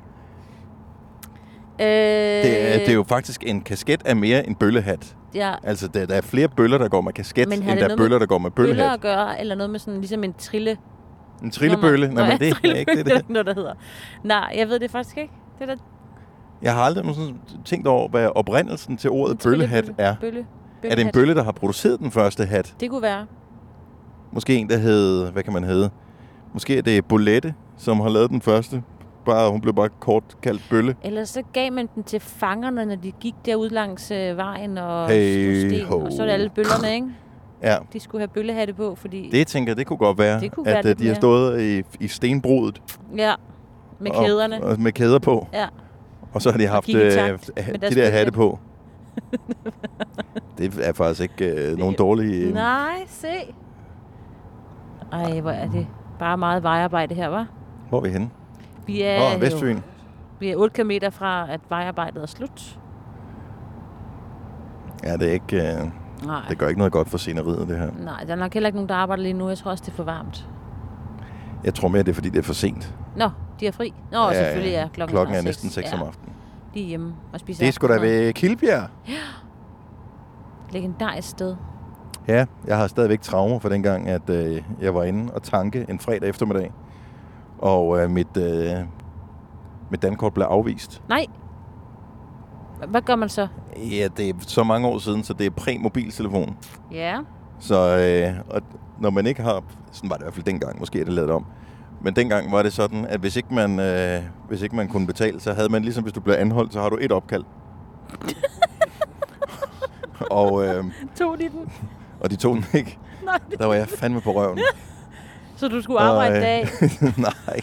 [SPEAKER 2] Øh,
[SPEAKER 1] det, er, det er jo faktisk en kasket er mere en bøllehat.
[SPEAKER 2] Ja,
[SPEAKER 1] Altså, der, der er flere bøller, der går med kasket,
[SPEAKER 2] Men har
[SPEAKER 1] end
[SPEAKER 2] det
[SPEAKER 1] der er
[SPEAKER 2] noget
[SPEAKER 1] bøller,
[SPEAKER 2] med
[SPEAKER 1] der går med
[SPEAKER 2] bøller at
[SPEAKER 1] bøllehat.
[SPEAKER 2] gøre, eller noget med sådan ligesom en trille.
[SPEAKER 1] En trillebølle? Nej, men det er ikke det,
[SPEAKER 2] det er
[SPEAKER 1] det.
[SPEAKER 2] ikke noget, der hedder. Nej, jeg ved det faktisk ikke. Det er da
[SPEAKER 1] Jeg har aldrig sådan tænkt over, hvad oprindelsen til ordet
[SPEAKER 2] en
[SPEAKER 1] bøllehat
[SPEAKER 2] trillebølle.
[SPEAKER 1] er.
[SPEAKER 2] Bølle.
[SPEAKER 1] Er det en
[SPEAKER 2] Bøllehat.
[SPEAKER 1] bølle, der har produceret den første hat?
[SPEAKER 2] Det kunne være.
[SPEAKER 1] Måske en, der hed... Hvad kan man hedde? Måske er det Bolette, som har lavet den første. Bare, hun blev bare kort kaldt bølle.
[SPEAKER 2] Ellers så gav man den til fangerne, når de gik derud langs øh, vejen og
[SPEAKER 1] Hey
[SPEAKER 2] slog sten.
[SPEAKER 1] ho.
[SPEAKER 2] Og så er det alle bøllerne, ikke?
[SPEAKER 1] Ja,
[SPEAKER 2] De skulle have bøllehatte på, fordi...
[SPEAKER 1] Det jeg tænker det kunne godt være,
[SPEAKER 2] Det kunne
[SPEAKER 1] at
[SPEAKER 2] være
[SPEAKER 1] øh,
[SPEAKER 2] lidt
[SPEAKER 1] de har
[SPEAKER 2] mere.
[SPEAKER 1] stået i, i stenbrudet
[SPEAKER 2] Ja, med kæderne.
[SPEAKER 1] Og, og med kæder på,
[SPEAKER 2] Ja.
[SPEAKER 1] og så har de haft
[SPEAKER 2] gik i
[SPEAKER 1] øh,
[SPEAKER 2] takt
[SPEAKER 1] øh,
[SPEAKER 2] med
[SPEAKER 1] de
[SPEAKER 2] deres
[SPEAKER 1] der
[SPEAKER 2] bølge.
[SPEAKER 1] hatte
[SPEAKER 2] <laughs>
[SPEAKER 1] på. det er faktisk ikke øh, nogen
[SPEAKER 2] er-
[SPEAKER 1] dårlige... øh,
[SPEAKER 2] Nej, se. Ej, hvor er det bare meget vejarbejde her, var.
[SPEAKER 1] Hvor er vi henne?
[SPEAKER 2] Vi
[SPEAKER 1] Åh,
[SPEAKER 2] er,
[SPEAKER 1] oh, Vestfyn.
[SPEAKER 2] vi er 8 km fra, at vejarbejdet er slut.
[SPEAKER 1] Ja, det, er ikke, øh,
[SPEAKER 2] Nej.
[SPEAKER 1] det gør ikke noget godt for sceneriet, det her.
[SPEAKER 2] Nej, der er nok heller ikke nogen, der arbejder lige nu. Jeg tror også, det er for varmt.
[SPEAKER 1] Jeg tror mere, det er, fordi det er for sent.
[SPEAKER 2] Nå, de er fri. Mm. Nå, ja, selvfølgelig er klokken
[SPEAKER 1] klokken er
[SPEAKER 2] snart
[SPEAKER 1] næsten 6
[SPEAKER 2] ja,
[SPEAKER 1] om aftenen.
[SPEAKER 2] De er hjemme og spiser
[SPEAKER 1] Det er sgu da
[SPEAKER 2] aftensmad.
[SPEAKER 1] ved Kildbjerg.
[SPEAKER 2] Legendarisk sted.
[SPEAKER 1] Ja, jeg har stadigvæk traumer for dengang, at øh, jeg var inde og tanke en fredag eftermiddag, og øh, mit, øh, mit dankort blev afvist.
[SPEAKER 2] Nej. H- Hvad gør man så?
[SPEAKER 1] Ja, det er så mange år siden, så det er præ-mobiltelefon.
[SPEAKER 2] Ja.
[SPEAKER 1] Så øh, og når man ikke har... Sådan var det i hvert fald dengang, måske er det lavet om. Men dengang var det sådan, at hvis ikke, man, øh, hvis ikke man kunne betale, så havde man ligesom, hvis du blev anholdt, så har du et opkald. og, øh,
[SPEAKER 2] <laughs> Tog de den?
[SPEAKER 1] og de tog den ikke.
[SPEAKER 2] Nej.
[SPEAKER 1] Der var jeg fandme på røven.
[SPEAKER 2] Så du skulle arbejde i
[SPEAKER 1] Og, øh,
[SPEAKER 2] dag?
[SPEAKER 1] <laughs> nej.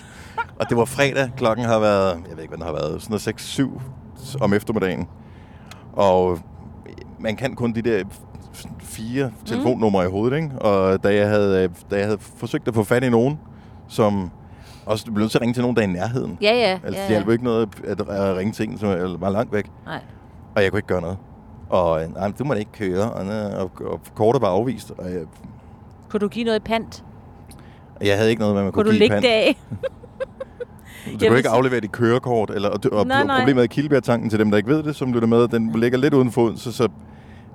[SPEAKER 1] Og det var fredag. Klokken har været, jeg ved ikke, hvad den har været, sådan noget 6-7 om eftermiddagen. Og man kan kun de der fire
[SPEAKER 2] Mm.
[SPEAKER 1] telefonnumre i hovedet, ikke? Og da jeg, havde, øh, da jeg havde forsøgt at få fat i nogen, som også blev nødt til at ringe til nogen, der er i nærheden.
[SPEAKER 2] Ja, ja.
[SPEAKER 1] Altså,
[SPEAKER 2] ja,
[SPEAKER 1] det
[SPEAKER 2] ja.
[SPEAKER 1] hjælper ikke noget at at ringe til en, som er meget langt væk.
[SPEAKER 2] Nej.
[SPEAKER 1] Og jeg kunne ikke gøre noget. Og øh, nej, men du må da ikke køre. Og, øh, og, og kortet var afvist. Og jeg,
[SPEAKER 2] Kunne du give noget i pant?
[SPEAKER 1] jeg havde ikke noget med, at man kunne,
[SPEAKER 2] Kunne
[SPEAKER 1] give
[SPEAKER 2] du lægge
[SPEAKER 1] pant.
[SPEAKER 2] det af?
[SPEAKER 1] Du
[SPEAKER 2] Jeg
[SPEAKER 1] kan jo
[SPEAKER 2] vil
[SPEAKER 1] ikke
[SPEAKER 2] sige-
[SPEAKER 1] aflevere dit kørekort, eller, og, og nej,
[SPEAKER 2] Nej, nej.
[SPEAKER 1] nej. problemet er Kildbjergtanken til dem, der ikke ved det, som lytter med, den ligger lidt uden for Odense, så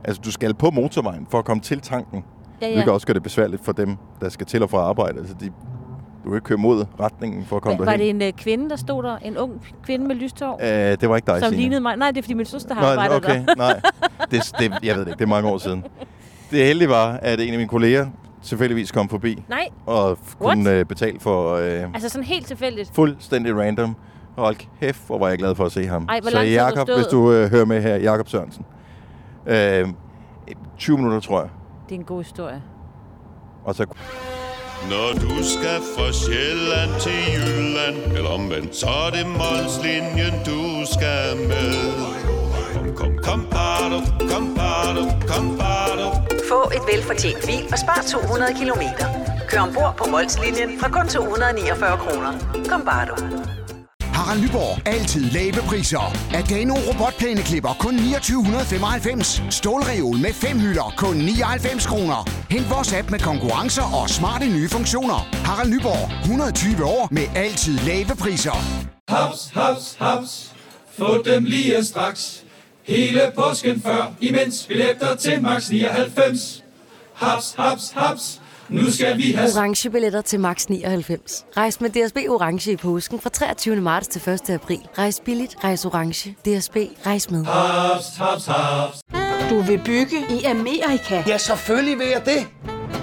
[SPEAKER 1] altså, du skal på motorvejen for at komme til tanken,
[SPEAKER 2] Ja,
[SPEAKER 1] ja.
[SPEAKER 2] ja.
[SPEAKER 1] hvilket også gør det besværligt for dem, der skal til og fra arbejde. Altså, de, du kan ikke køre mod retningen for at komme
[SPEAKER 2] Hva- Var
[SPEAKER 1] derhen.
[SPEAKER 2] det en øh, kvinde, der stod der? En ung kvinde med lystår?
[SPEAKER 1] det... Øh, det var ikke dig,
[SPEAKER 2] som
[SPEAKER 1] Signe.
[SPEAKER 2] lignede mig? Nej, det er fordi min søster har
[SPEAKER 1] Nå,
[SPEAKER 2] arbejdet
[SPEAKER 1] okay,
[SPEAKER 2] der.
[SPEAKER 1] nej. Det, det, jeg ved det ikke, det er mange år siden. Det heldige var, at en af mine kolleger tilfældigvis kom forbi
[SPEAKER 2] Nej,
[SPEAKER 1] og f- kunne øh, betale for øh,
[SPEAKER 2] altså sådan helt tilfældigt.
[SPEAKER 1] fuldstændig random. Hold kæft, hvor var jeg glad for at se ham.
[SPEAKER 2] Ej, hvor
[SPEAKER 1] så
[SPEAKER 2] lang tid har du
[SPEAKER 1] Jakob,
[SPEAKER 2] stået?
[SPEAKER 1] hvis du øh, hører med her, Jakob Sørensen. Øh, 20 minutter, tror jeg.
[SPEAKER 2] Det er en god historie.
[SPEAKER 1] Og så...
[SPEAKER 4] Når du skal fra Sjælland til Jylland Eller omvendt, så er det Molslinjen, du skal med Kom, kom, kom, bado, kom, bado, kom, bado.
[SPEAKER 5] Få et velfortjent bil og spar 200 kilometer. Kør ombord på Molslinjen fra kun 249 kroner. Kom bare du.
[SPEAKER 6] Harald Nyborg. Altid lave priser. Adano robotplæneklipper kun 2995. Stålreol med fem hylder kun 99 kroner. Hent vores app med konkurrencer og smarte nye funktioner. Harald Nyborg. 120 år med altid lave priser.
[SPEAKER 7] Haps, haps, haps. Få dem lige straks. Hele påsken før, imens billetter til max 99. Haps, haps, haps. Nu skal vi have
[SPEAKER 8] Orange billetter til max 99. Rejs med DSB Orange i påsken fra 23. marts til 1. april. Rejs billigt, rejs orange. DSB, rejs med.
[SPEAKER 7] haps, haps, haps.
[SPEAKER 9] Du vil bygge i Amerika?
[SPEAKER 10] Ja, selvfølgelig vil jeg det.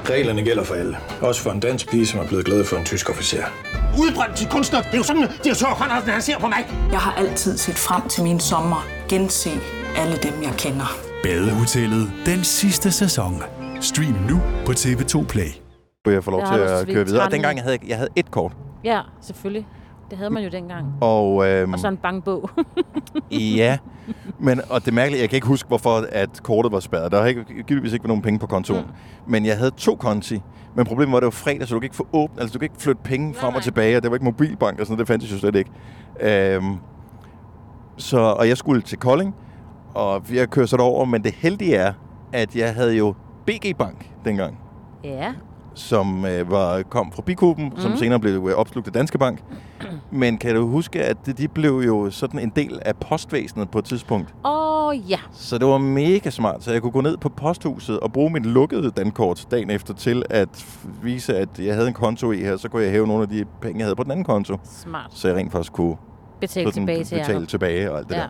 [SPEAKER 11] Reglerne gælder for alle. Også for en dansk pige, som er blevet glad for en tysk officer.
[SPEAKER 10] Udbrøndt til kunstner. Det er jo sådan, at de har tørt hånden, han ser på mig.
[SPEAKER 9] Jeg har altid set frem til min sommer. Gense alle dem, jeg kender.
[SPEAKER 12] Badehotellet den sidste sæson. Stream nu på TV2 Play.
[SPEAKER 1] Kunne jeg få lov
[SPEAKER 2] Der
[SPEAKER 1] til
[SPEAKER 2] har du
[SPEAKER 1] at
[SPEAKER 2] svindt
[SPEAKER 1] køre videre? Og
[SPEAKER 2] tanden.
[SPEAKER 1] dengang jeg havde jeg havde et kort.
[SPEAKER 2] Ja, selvfølgelig. Det havde man jo dengang.
[SPEAKER 1] Og, øhm,
[SPEAKER 2] Og så en bankbog.
[SPEAKER 1] Ja, men, og det er mærkeligt, jeg kan ikke huske, hvorfor at kortet var spærret. Der har ikke, givetvis ikke været nogen penge på kontoen. Mm. Men jeg havde to konti. Men problemet var, at det var fredag, så du kan ikke få åbent, altså du kan ikke flytte penge nej, frem og tilbage, og det var ikke mobilbank og sådan noget, det fandtes jo slet ikke. Øhm, så, og jeg skulle til Kolding, og jeg kørte så derover, men det heldige er, at jeg havde jo BG Bank dengang
[SPEAKER 2] ja.
[SPEAKER 1] som øh, var, kom fra Bikuben, mm.
[SPEAKER 2] Mhm.
[SPEAKER 1] som senere blev øh, opslugt af Danske
[SPEAKER 2] <clears throat>
[SPEAKER 1] Bank. Men kan du huske, at de, de blev jo sådan en del af postvæsenet på et tidspunkt?
[SPEAKER 2] Åh, oh, ja.
[SPEAKER 1] Så det var mega smart, så jeg kunne gå ned på posthuset og bruge mit lukkede dankort dagen efter til at f- vise, at jeg havde en konto i her, så kunne jeg hæve nogle af de penge, jeg havde på den anden konto.
[SPEAKER 2] Smart.
[SPEAKER 1] Så jeg rent faktisk kunne
[SPEAKER 2] Betale
[SPEAKER 1] sådan
[SPEAKER 2] tilbage til jer.
[SPEAKER 1] betale tilbage og alt det
[SPEAKER 2] Ja.
[SPEAKER 1] der.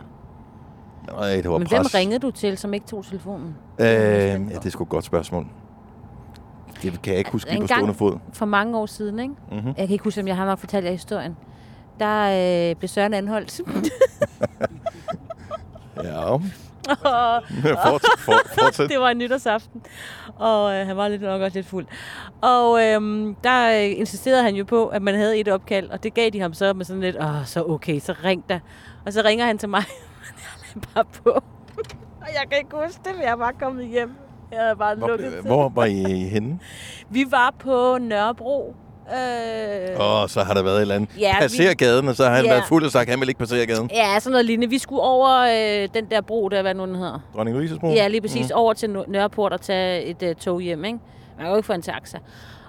[SPEAKER 1] Nej, det var
[SPEAKER 2] Men hvem
[SPEAKER 1] pres.
[SPEAKER 2] ringede du til, som ikke tog telefonen?
[SPEAKER 1] Øh, ja, det er sgu et godt spørgsmål. Det kan jeg ikke huske lige på stående fod.
[SPEAKER 2] for mange år siden, ikke?
[SPEAKER 1] Mhm.
[SPEAKER 2] Mm-hmm. Jeg kan ikke huske, om jeg har nok fortalt jer historien. Der øh, blev Søren anholdt. <laughs>
[SPEAKER 1] Ja.
[SPEAKER 2] og,
[SPEAKER 1] Fortsæt, for, fortsæt.
[SPEAKER 2] <laughs> det var en nytårsaften, og øh, han var lidt nok også lidt fuld. Og øh, der øh, insisterede han jo på, at man havde et opkald, og det gav de ham så med sådan lidt, åh, så okay, så ring da. Og så ringer han til mig, <laughs> og jeg lagde bare på. <laughs> og jeg kan ikke huske det, men jeg er bare kommet hjem. Jeg havde bare lukket
[SPEAKER 1] Hvor,
[SPEAKER 2] til.
[SPEAKER 1] hvor var I henne?
[SPEAKER 2] Vi var på Nørrebro. Øh,
[SPEAKER 1] Åh, oh, så har der været et eller andet.
[SPEAKER 2] Ja,
[SPEAKER 1] Ja, passer
[SPEAKER 2] vi-
[SPEAKER 1] vi... gaden, og så har han
[SPEAKER 2] Ja.
[SPEAKER 1] ja. været fuld og sagt, at han vil ikke passere gaden.
[SPEAKER 2] Ja, sådan noget lignende. Vi skulle over øh, den der bro, der hvad nu den hedder.
[SPEAKER 1] Dronning Louise's bro? Mhm.
[SPEAKER 2] Ja, lige præcis. Mm. Over til Nør- Nørreport og tage et øh, tog hjem, ikke? Man kan jo ikke få en taxa.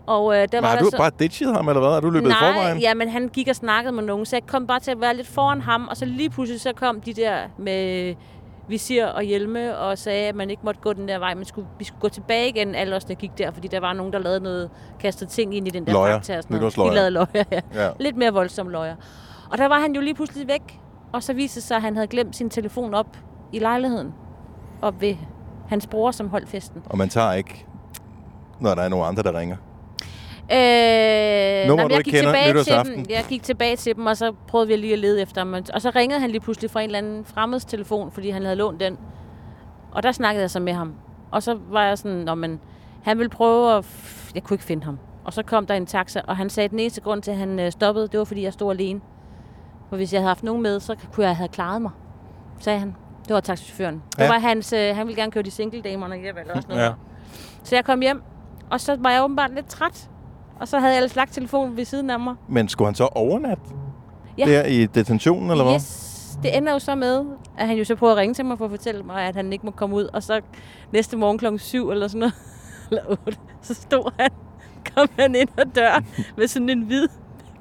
[SPEAKER 2] Og øh, der
[SPEAKER 1] Men
[SPEAKER 2] var
[SPEAKER 1] har
[SPEAKER 2] der
[SPEAKER 1] du
[SPEAKER 2] så...
[SPEAKER 1] bare ditchet ham, eller hvad? Har du løbet i
[SPEAKER 2] Nej,
[SPEAKER 1] forvejen?
[SPEAKER 2] ja, men han gik og snakkede med nogen, så jeg kom bare til at være lidt foran ham, og så lige pludselig så kom de der med visir og hjelme og sagde, at man ikke måtte gå den der vej, men skulle, vi skulle gå tilbage igen, alle os, der gik der, fordi der var nogen, der lavede noget, kastede ting ind i den der
[SPEAKER 1] Løjer.
[SPEAKER 2] fakta og sådan noget.
[SPEAKER 1] Nytårsløjer.
[SPEAKER 2] De lavede løjer, ja.
[SPEAKER 1] Ja.
[SPEAKER 2] Lidt mere voldsomme løjer. Og der var han jo lige pludselig væk, og så viste det sig, at han havde glemt sin telefon op i lejligheden, op ved hans bror, som holdt festen.
[SPEAKER 1] Og man tager ikke, når der er nogen andre, der ringer.
[SPEAKER 2] Øh,
[SPEAKER 1] Nummer,
[SPEAKER 2] nej, men
[SPEAKER 1] du
[SPEAKER 2] jeg
[SPEAKER 1] ikke
[SPEAKER 2] gik
[SPEAKER 1] kender,
[SPEAKER 2] tilbage til
[SPEAKER 1] nytårsaften.
[SPEAKER 2] dem, jeg gik tilbage til dem, og så prøvede vi lige at lede efter ham. Og så ringede han lige pludselig fra en eller anden fremmeds telefon, fordi han havde lånt den. Og der snakkede jeg så med ham. Og så var jeg sådan, når man, han ville prøve at... f- Jeg kunne ikke finde ham. Og så kom der en taxa, og han sagde, at den eneste grund til, at han øh, stoppede, det var, fordi jeg stod alene. For hvis jeg havde haft nogen med, så kunne jeg have klaret mig, sagde han. Det var taxichaufføren. Ja.
[SPEAKER 1] Ja.
[SPEAKER 2] Det var hans, øh, han ville gerne køre de single-damerne hjem, eller også noget.
[SPEAKER 1] Ja.
[SPEAKER 2] Så jeg kom hjem, og så var jeg åbenbart lidt træt. Og så havde jeg ellers lagt telefonen ved siden af mig.
[SPEAKER 1] Men skulle han så overnatte
[SPEAKER 2] Ja.
[SPEAKER 1] ja. der i detentionen, eller hvad?
[SPEAKER 2] Yes, det ender jo så med, at han jo så prøver at ringe til mig for at fortælle mig, at han ikke må komme ud. Og så næste morgen klokken 7 eller sådan noget, <laughs> eller 8, så stod han, kom han ind ad
[SPEAKER 1] <laughs>
[SPEAKER 2] døren med sådan en hvid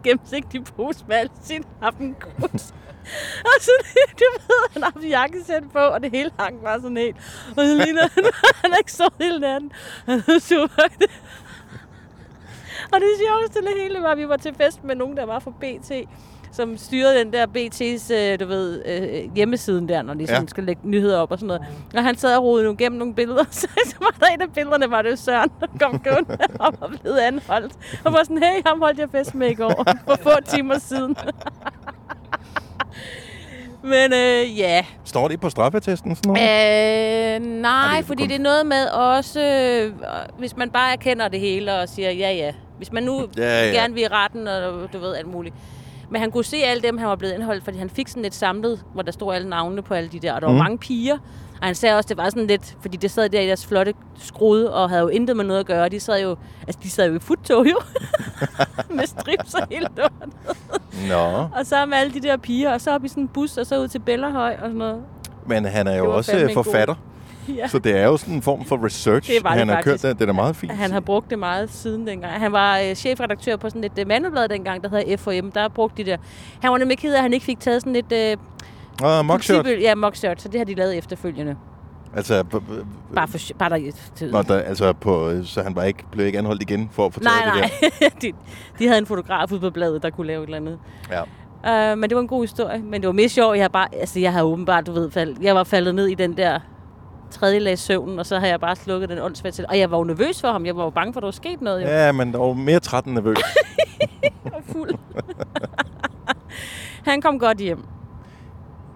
[SPEAKER 2] gennemsigtig pose med al sin affenkos. <laughs> Og så, du ved, han har haft jakkesæt på, og det hele hang bare sådan helt. Og så ligner han, <laughs> han har ikke sovet hele natten. Han er super Og det sjoveste af det hele var, at vi var til fest med nogen, der var fra BT, som styrede den der BT's øh, du ved, øh, hjemmesiden der, når de sådan
[SPEAKER 1] Ja.
[SPEAKER 2] skal lægge nyheder op og sådan noget. Og han sad og rodede nogle gennem nogle billeder, <laughs> så, så var der et af billederne, var det jo Søren, der kom gående op og blev anholdt. Og var sådan, hey, ham holdt jeg fest med i går, for få timer siden. Men øh, ja.
[SPEAKER 1] Står det på straffetesten sådan noget?
[SPEAKER 2] Øh, nej,
[SPEAKER 1] det
[SPEAKER 2] fordi
[SPEAKER 1] kun-
[SPEAKER 2] det er noget med også, øh, hvis man bare erkender det hele og siger, ja ja, hvis man nu
[SPEAKER 1] Ja, ja.
[SPEAKER 2] gerne vil i retten, og du ved, alt muligt. Men han kunne se alle dem, han var blevet indholdt, fordi han fik sådan lidt samlet, hvor der stod alle navnene på alle de der, og der mm.
[SPEAKER 1] Mhm.
[SPEAKER 13] Mm.
[SPEAKER 2] var mange piger. Og han sagde også, det var sådan lidt, fordi det sad der i deres flotte skrude, og havde jo intet med noget at gøre. De sad jo, altså de sad jo i futtog jo, <laughs> med strips og hele lorten.
[SPEAKER 1] Nå,
[SPEAKER 2] Og så med alle de der piger, og så op i sådan en bus, og så ud til Bellerhøj og sådan noget.
[SPEAKER 1] men han er
[SPEAKER 2] Det
[SPEAKER 1] jo
[SPEAKER 2] var
[SPEAKER 1] også
[SPEAKER 2] fandme
[SPEAKER 1] øh,
[SPEAKER 2] en god-
[SPEAKER 1] forfatter.
[SPEAKER 2] Ja.
[SPEAKER 1] Så det er jo sådan en form for research,
[SPEAKER 2] Det var det
[SPEAKER 1] han har kørt
[SPEAKER 2] faktisk.
[SPEAKER 1] der. Det er da meget fint.
[SPEAKER 2] Han har brugt det meget siden dengang. Han var øh, chefredaktør på sådan et øh, mandeblad dengang, der hedder FHM. Der brugte de der. Han var nemlig ked af, at han ikke fik taget sådan et... Øh,
[SPEAKER 1] Og mockshot.
[SPEAKER 2] politibøl- Ja, mockshot. Så det har de lavet efterfølgende.
[SPEAKER 1] Altså, b- b-
[SPEAKER 2] Bare for sj- bare der, til
[SPEAKER 1] Nå, der, altså på, øh, så han var ikke, blev ikke anholdt igen for at få taget
[SPEAKER 2] Nej,
[SPEAKER 1] det
[SPEAKER 2] nej.
[SPEAKER 1] der.
[SPEAKER 2] <laughs> de, de, havde en fotograf ude på bladet, der kunne lave et eller andet.
[SPEAKER 1] Ja.
[SPEAKER 2] Uh, men det var en god historie. Men det var mest sjovt. Jeg har, bare, altså, jeg har åbenbart, du ved, fald, jeg var faldet ned i den der tredje lag søvnen, og så har jeg bare slukket den åndssvagt til. Og jeg var jo nervøs for ham. Jeg var jo bange for, at der var sket noget. Jo.
[SPEAKER 1] Ja, men og mere træt end nervøs.
[SPEAKER 2] og fuld. <laughs> han kom godt hjem.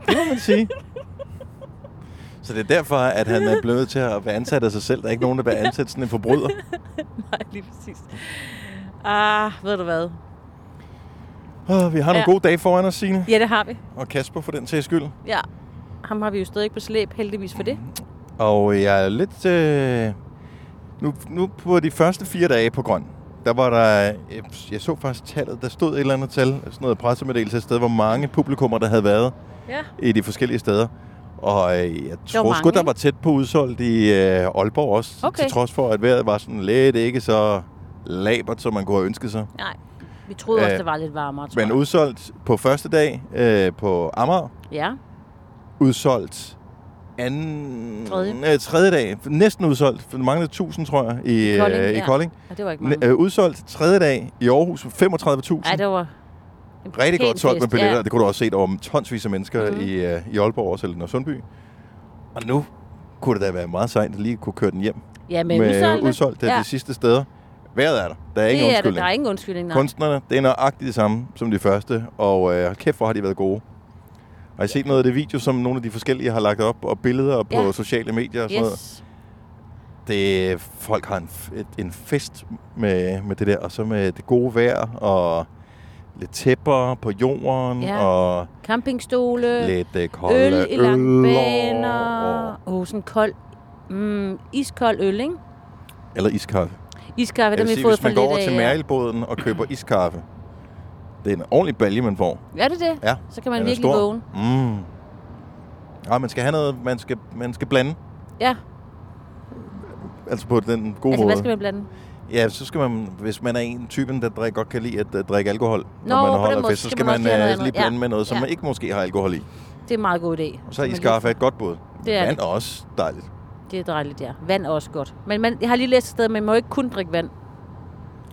[SPEAKER 1] Det må man sige. Så det er derfor, at han er blevet nødt til at være ansat af sig selv. Der er ikke nogen, der vil ansætte sådan en forbryder.
[SPEAKER 2] Nej, lige præcis. Ah, ved du hvad?
[SPEAKER 1] Oh, vi har nogle
[SPEAKER 2] Ja.
[SPEAKER 1] gode dage foran os, Signe.
[SPEAKER 2] Ja, det har vi.
[SPEAKER 1] Og Kasper for den til skyld.
[SPEAKER 2] Ja. Ham har vi jo stadig ikke på slæb, heldigvis for det.
[SPEAKER 1] Og jeg er lidt... Øh, nu, nu på de første fire dage på grøn, der var der... Jeg, jeg så faktisk tallet, der stod et eller andet tal, sådan noget pressemeddelelse et sted, hvor mange publikummer, der havde været
[SPEAKER 2] Ja.
[SPEAKER 1] i de forskellige steder. Og øh, jeg tror
[SPEAKER 2] mange,
[SPEAKER 1] sgu, der
[SPEAKER 2] ikke?
[SPEAKER 1] var tæt på udsolgt i øh, Aalborg også,
[SPEAKER 2] Okay.
[SPEAKER 1] til trods for, at vejret var sådan lidt ikke så labert, som man kunne have ønsket sig.
[SPEAKER 2] Nej, vi troede også,
[SPEAKER 1] Øh,
[SPEAKER 2] det var lidt varmere, tror
[SPEAKER 1] Men
[SPEAKER 2] jeg.
[SPEAKER 1] udsolgt på første dag øh, på Amager,
[SPEAKER 2] Ja,
[SPEAKER 1] udsolgt anden...
[SPEAKER 2] Tredje.
[SPEAKER 1] Øh, tredje dag. Næsten udsolgt. For der manglede 1000, tror jeg, i,
[SPEAKER 2] I Kolding,
[SPEAKER 1] øh, i
[SPEAKER 2] ja.
[SPEAKER 1] Kolding.
[SPEAKER 2] Og det var ikke
[SPEAKER 1] Næ-
[SPEAKER 2] meget.
[SPEAKER 1] øh, udsolgt tredje dag i Aarhus. 35.000.
[SPEAKER 2] Ej, det var... en
[SPEAKER 1] Rigtig
[SPEAKER 2] pæn
[SPEAKER 1] godt solgt med
[SPEAKER 2] fest,
[SPEAKER 1] billetter.
[SPEAKER 2] Ja.
[SPEAKER 1] Ja. Det kunne du også se, der var tonsvis af mennesker
[SPEAKER 2] Mhm.
[SPEAKER 1] mm. i, øh, i Aalborg også, eller Sundby. Og nu kunne det da være meget sejt, at lige kunne køre den hjem.
[SPEAKER 2] Ja, med udsolgte.
[SPEAKER 1] udsolgt. udsolgt ja.
[SPEAKER 2] Ja.
[SPEAKER 1] de sidste steder. Vejret er der. Der er
[SPEAKER 2] Det
[SPEAKER 1] ingen
[SPEAKER 2] er der.
[SPEAKER 1] undskyldning.
[SPEAKER 2] Der er ingen undskyldning, nej.
[SPEAKER 1] Kunstnerne, det er nøjagtigt det samme som de første, og øh, hold kæft, hvor har de været gode. Har I set noget af det video, som nogle af de forskellige har lagt op, og billeder på
[SPEAKER 2] Ja.
[SPEAKER 1] sociale medier og sådan
[SPEAKER 2] Yes.
[SPEAKER 1] noget? Det, folk har en, f- et- en fest med, med det der, og så med det gode vejr, og lidt tæpper på jorden,
[SPEAKER 2] Ja.
[SPEAKER 1] og
[SPEAKER 2] Campingstole.
[SPEAKER 1] lidt øh, kolde
[SPEAKER 2] øl i
[SPEAKER 1] og-
[SPEAKER 2] langbaner. Åh, oh, sådan kold... Mm, iskold øl, ikke?
[SPEAKER 1] eller iskaffe.
[SPEAKER 2] Iskaffe,
[SPEAKER 1] Jeg
[SPEAKER 2] dem
[SPEAKER 1] vil
[SPEAKER 2] har vi
[SPEAKER 1] sige,
[SPEAKER 2] fået
[SPEAKER 1] hvis
[SPEAKER 2] for
[SPEAKER 1] man
[SPEAKER 2] lidt
[SPEAKER 1] går over
[SPEAKER 2] af,
[SPEAKER 1] til
[SPEAKER 2] ja.
[SPEAKER 1] Mærelbåden og køber
[SPEAKER 2] <clears throat>
[SPEAKER 1] iskaffe, det er en ordentlig balje, man får.
[SPEAKER 2] Er det det?
[SPEAKER 1] Ja.
[SPEAKER 2] Så kan man
[SPEAKER 1] Den er
[SPEAKER 2] virkelig
[SPEAKER 1] stor.
[SPEAKER 2] vågne.
[SPEAKER 1] Mm. Ja, Ah, man skal have noget, man skal, man skal blande.
[SPEAKER 2] Ja,
[SPEAKER 1] Altså på den gode
[SPEAKER 2] altså
[SPEAKER 1] måde.
[SPEAKER 2] hvad skal man blande?
[SPEAKER 1] Ja, så skal man, hvis man er en typen, der drikker, godt kan lide at uh, drikke alkohol,
[SPEAKER 2] Nå,
[SPEAKER 1] når
[SPEAKER 2] på
[SPEAKER 1] man
[SPEAKER 2] den
[SPEAKER 1] holder
[SPEAKER 2] måde,
[SPEAKER 1] fest, så
[SPEAKER 2] så
[SPEAKER 1] skal
[SPEAKER 2] skal man
[SPEAKER 1] man,
[SPEAKER 2] også lige have noget
[SPEAKER 1] uh, lige
[SPEAKER 2] andet.
[SPEAKER 1] blande
[SPEAKER 2] Ja.
[SPEAKER 1] med noget, som
[SPEAKER 2] Ja.
[SPEAKER 1] man ikke måske har alkohol i.
[SPEAKER 2] Det er en meget god idé.
[SPEAKER 1] Og så er
[SPEAKER 2] Som man
[SPEAKER 1] iskaffe et godt bud.
[SPEAKER 2] Det er
[SPEAKER 1] Vand
[SPEAKER 2] det.
[SPEAKER 1] er også dejligt.
[SPEAKER 2] lige- Det er dejligt, ja. Vand er også godt. Men man, jeg har lige læst et sted, at man må ikke kun drikke vand,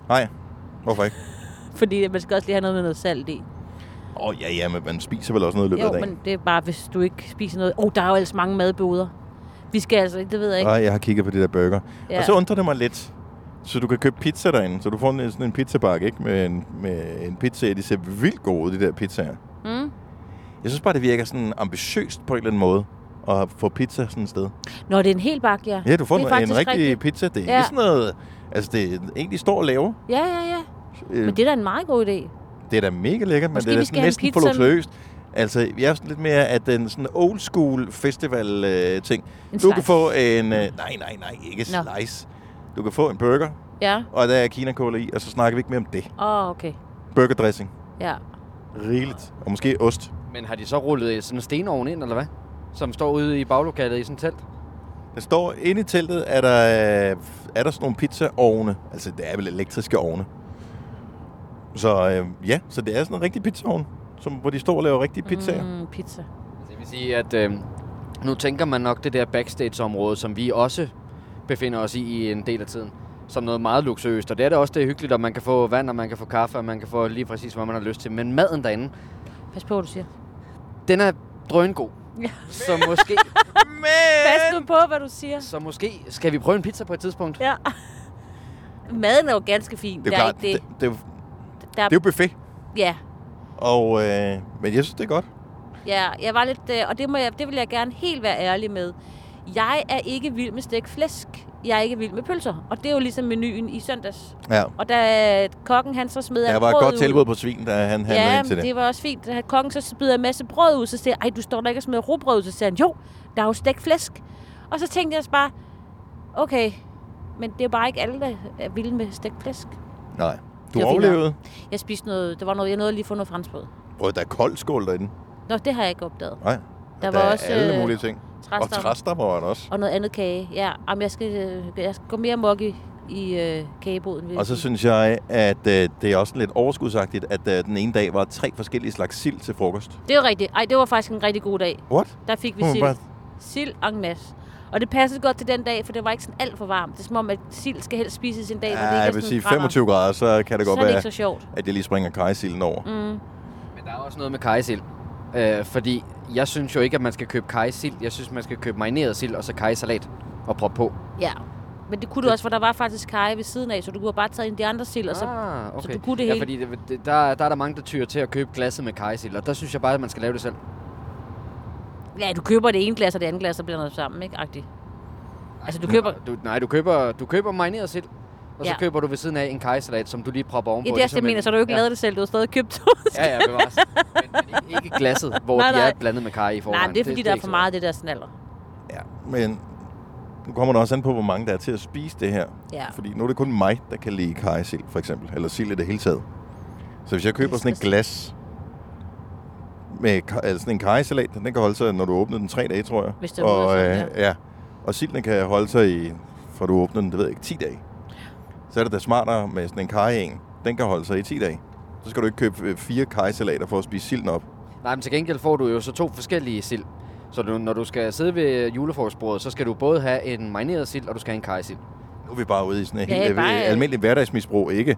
[SPEAKER 1] Nej, hvorfor ikke?
[SPEAKER 2] fordi man skal også lige have noget med noget salt i.
[SPEAKER 1] Åh, oh, ja, ja, men man spiser vel også noget i løbet af
[SPEAKER 2] Jo,
[SPEAKER 1] dagen.
[SPEAKER 2] men det er bare, hvis du ikke spiser noget. Åh, oh, der er jo altså mange madboder. Vi skal altså, det ved jeg ikke.
[SPEAKER 1] Nej, jeg har kigget på det der burger. Ja.
[SPEAKER 2] Ja.
[SPEAKER 1] Og så undrer det mig lidt. Så du kan købe pizza derinde. Så du får en- sådan en pizzabakke, ikke? Med en, med en pizza. De ser vildt gode ud, de der pizzaer.
[SPEAKER 2] Mm.
[SPEAKER 1] Jeg synes bare, det virker sådan ambitiøst på en eller anden måde at få pizza sådan et sted.
[SPEAKER 2] Nå, det er en hel bakke, ja.
[SPEAKER 1] Ja, du får
[SPEAKER 2] Det er
[SPEAKER 1] en, en
[SPEAKER 2] faktisk
[SPEAKER 1] rigtig, rigtig pizza. Det er ja.
[SPEAKER 2] Ja.
[SPEAKER 1] ikke sådan noget... Altså, det er egentlig står og laver.
[SPEAKER 2] Ja, ja, ja.
[SPEAKER 1] Øh,
[SPEAKER 2] Men det er da en meget god idé.
[SPEAKER 1] Det er da mega lækkert, men
[SPEAKER 2] Måske
[SPEAKER 1] det er da sådan
[SPEAKER 2] vi skal have
[SPEAKER 1] næsten
[SPEAKER 2] pizzaen-
[SPEAKER 1] voluptuøst. Altså, jeg er sådan lidt mere af den sådan old school festival øh, ting.
[SPEAKER 2] En
[SPEAKER 1] Du kan
[SPEAKER 2] slice.
[SPEAKER 1] få en... Øh, nej, nej, nej, ikke
[SPEAKER 2] Nå.
[SPEAKER 1] slice. Du kan få en burger,
[SPEAKER 2] Ja.
[SPEAKER 1] og der er kinakål i, og så snakker vi ikke mere om det.
[SPEAKER 2] Åh, oh, okay.
[SPEAKER 1] Burgerdressing.
[SPEAKER 2] Ja.
[SPEAKER 1] Rigeligt. Og måske ost.
[SPEAKER 3] Men har de så rullet sådan en stenovn ind, eller hvad? Som står ude i baglokalet i sådan et telt?
[SPEAKER 1] Der står inde i teltet, er der, øh, er der sådan nogle pizzaovne. Altså, det er vel elektriske ovne. Så øh, ja, så det er sådan en rigtig pizzaovn, som, hvor de står og laver rigtige pizzaer.
[SPEAKER 2] Mm, pizza.
[SPEAKER 3] Det vil sige, at øh, nu tænker man nok det der backstage-område, som vi også befinder os i i en del af tiden, som noget meget luksuriøst. Og det er det også, det er hyggeligt, at man kan få vand, og man kan få kaffe, og man kan få lige præcis, hvad man har lyst til. Men maden derinde,
[SPEAKER 2] Pas på, hvad du siger.
[SPEAKER 3] den er drøngod.
[SPEAKER 2] Ja.
[SPEAKER 3] Så måske...
[SPEAKER 2] Pas nu på, hvad du siger.
[SPEAKER 3] Så måske skal vi prøve en pizza på et tidspunkt?
[SPEAKER 2] Ja. Maden er jo ganske fin.
[SPEAKER 1] Det er
[SPEAKER 2] der
[SPEAKER 1] jo
[SPEAKER 2] er
[SPEAKER 1] klart,
[SPEAKER 2] ikke det.
[SPEAKER 1] det, det, er jo-
[SPEAKER 2] Der,
[SPEAKER 1] det er jo buffet.
[SPEAKER 2] Ja,
[SPEAKER 1] Og, øh, men jeg synes, det er godt.
[SPEAKER 2] Ja, jeg var lidt, øh, og det, må jeg, det vil jeg gerne helt være ærlig med. Jeg er ikke vild med stegt flæsk. Jeg er ikke vild med pølser. Og det er jo ligesom menuen i søndags.
[SPEAKER 1] Ja.
[SPEAKER 2] Og da kokken han så smed
[SPEAKER 1] Der
[SPEAKER 2] alt
[SPEAKER 1] var et
[SPEAKER 2] brødet
[SPEAKER 1] godt
[SPEAKER 2] ud-
[SPEAKER 1] tilbud på svin, da han handlede
[SPEAKER 2] ja,
[SPEAKER 1] ind til det.
[SPEAKER 2] det var også fint. Da kongen så smider en masse brød ud, så siger jeg, ej, du står der ikke og smider robrød ud. Så siger han, jo, der er jo stegt flæsk. Og så tænkte jeg så bare, okay, men det er bare ikke alle, der er vilde med stegt flæsk.
[SPEAKER 1] Nej. Du
[SPEAKER 2] Det var fint nok.
[SPEAKER 1] overlevede.
[SPEAKER 2] Jeg spiste noget, der var noget, jeg nåede lige at få noget franskbrød.
[SPEAKER 1] Og der er kold skål derinde.
[SPEAKER 2] Nå, det har jeg ikke opdaget.
[SPEAKER 1] Nej.
[SPEAKER 2] Der
[SPEAKER 1] der
[SPEAKER 2] var
[SPEAKER 1] er
[SPEAKER 2] også,
[SPEAKER 1] alle
[SPEAKER 2] øh,
[SPEAKER 1] mulige ting. Og
[SPEAKER 2] træstammer.
[SPEAKER 1] træstammer var der også.
[SPEAKER 2] Og noget andet kage. Ja, jamen, jeg, skal, øh, jeg skal gå mere mok i, i øh, kageboden. vil jeg
[SPEAKER 1] Og så
[SPEAKER 2] sige.
[SPEAKER 1] synes jeg, at øh, det er også lidt overskudsagtigt, at øh, den ene dag var tre forskellige slags sild til frokost.
[SPEAKER 2] Det er jo rigtigt. Ej, det var faktisk en rigtig god dag.
[SPEAKER 1] What?
[SPEAKER 2] Der fik vi
[SPEAKER 1] Hun var
[SPEAKER 2] sild.
[SPEAKER 1] bare-
[SPEAKER 2] Sild en masse. Og det passede godt til den dag, for det var ikke sådan alt for varmt. Det er som om, at sild skal helst spises en dag, hvor det
[SPEAKER 1] Ja,
[SPEAKER 2] ikke
[SPEAKER 1] jeg
[SPEAKER 2] er
[SPEAKER 1] vil
[SPEAKER 2] sådan
[SPEAKER 1] sige
[SPEAKER 2] brænder.
[SPEAKER 1] 25 grader, så kan det
[SPEAKER 2] Så
[SPEAKER 1] godt
[SPEAKER 2] er det
[SPEAKER 1] være,
[SPEAKER 2] ikke så sjovt.
[SPEAKER 1] at jeg lige springer kajsilden over.
[SPEAKER 2] Mm.
[SPEAKER 3] Men der er også noget med kajsild. Øh, fordi jeg synes jo ikke, at man skal købe kajsild. Jeg synes, man skal købe marineret sild og så kajsalat og proppe på.
[SPEAKER 2] Ja. Men det kunne du også, for der var faktisk kaj ved siden af, så du kunne have bare taget en af de andre sild, og så,
[SPEAKER 3] ah,
[SPEAKER 2] Altså, så du kunne det
[SPEAKER 3] ja,
[SPEAKER 2] hele.
[SPEAKER 3] fordi det, det, der, der er der mange, der tyrer til at købe glasset med kajsild, og der synes jeg bare, at man skal lave det selv.
[SPEAKER 2] Ja, du køber det ene glas og det andet glas, og blander det sammen, ikke? Agtigt. Altså, du køber...
[SPEAKER 3] Du, nej, du køber, du køber marineret sild, og så
[SPEAKER 2] Ja.
[SPEAKER 3] køber du ved siden af en kajsalat, som du lige propper ovenpå.
[SPEAKER 2] Ja, det er også det, jeg
[SPEAKER 3] ligesom
[SPEAKER 2] mener,
[SPEAKER 3] en-
[SPEAKER 2] så har du jo ikke
[SPEAKER 3] ja.
[SPEAKER 2] lavet det selv, du har stadig købt <laughs> to
[SPEAKER 3] Ja, ja,
[SPEAKER 2] <laughs>
[SPEAKER 3] bevares. Men, men ikke, ikke glasset, hvor
[SPEAKER 2] Nej,
[SPEAKER 3] nej, de
[SPEAKER 2] nej.
[SPEAKER 3] er blandet med kaj i forvejen.
[SPEAKER 2] Nej, men det er fordi, det, der er
[SPEAKER 3] ikke
[SPEAKER 2] for
[SPEAKER 3] så-
[SPEAKER 2] meget af det der snaller.
[SPEAKER 1] Men nu kommer det også an på, hvor mange der er til at spise det her.
[SPEAKER 2] Ja.
[SPEAKER 1] Fordi nu er det kun mig, der kan lide kajsild, for eksempel. Eller sild i det hele taget. Så hvis jeg køber sådan et glas med ka- altså sådan en kajsalat, den kan holde sig, når du åbner den, tre dage, tror jeg.
[SPEAKER 2] Hvis det er
[SPEAKER 1] og,
[SPEAKER 2] hovedsagen,
[SPEAKER 1] øh, ja. Og silden kan holde sig i, fra du åbner den, det ved jeg ikke, 10 dage. Så er det da smartere med sådan en kaj en. Den kan holde sig i 10 dage. Så skal du ikke købe øh, fire kajsalater for at spise silden op.
[SPEAKER 3] Nej, men til gengæld får du jo så to forskellige sild. Så du, når du skal sidde ved julefrokostbordet, så skal du både have en marineret sild, og du skal have en kajsild.
[SPEAKER 1] Nu er vi bare ude i sådan en
[SPEAKER 3] Ja,
[SPEAKER 1] ja, helt
[SPEAKER 3] bare-
[SPEAKER 1] bare... almindelig hverdagsmisbrug, ikke?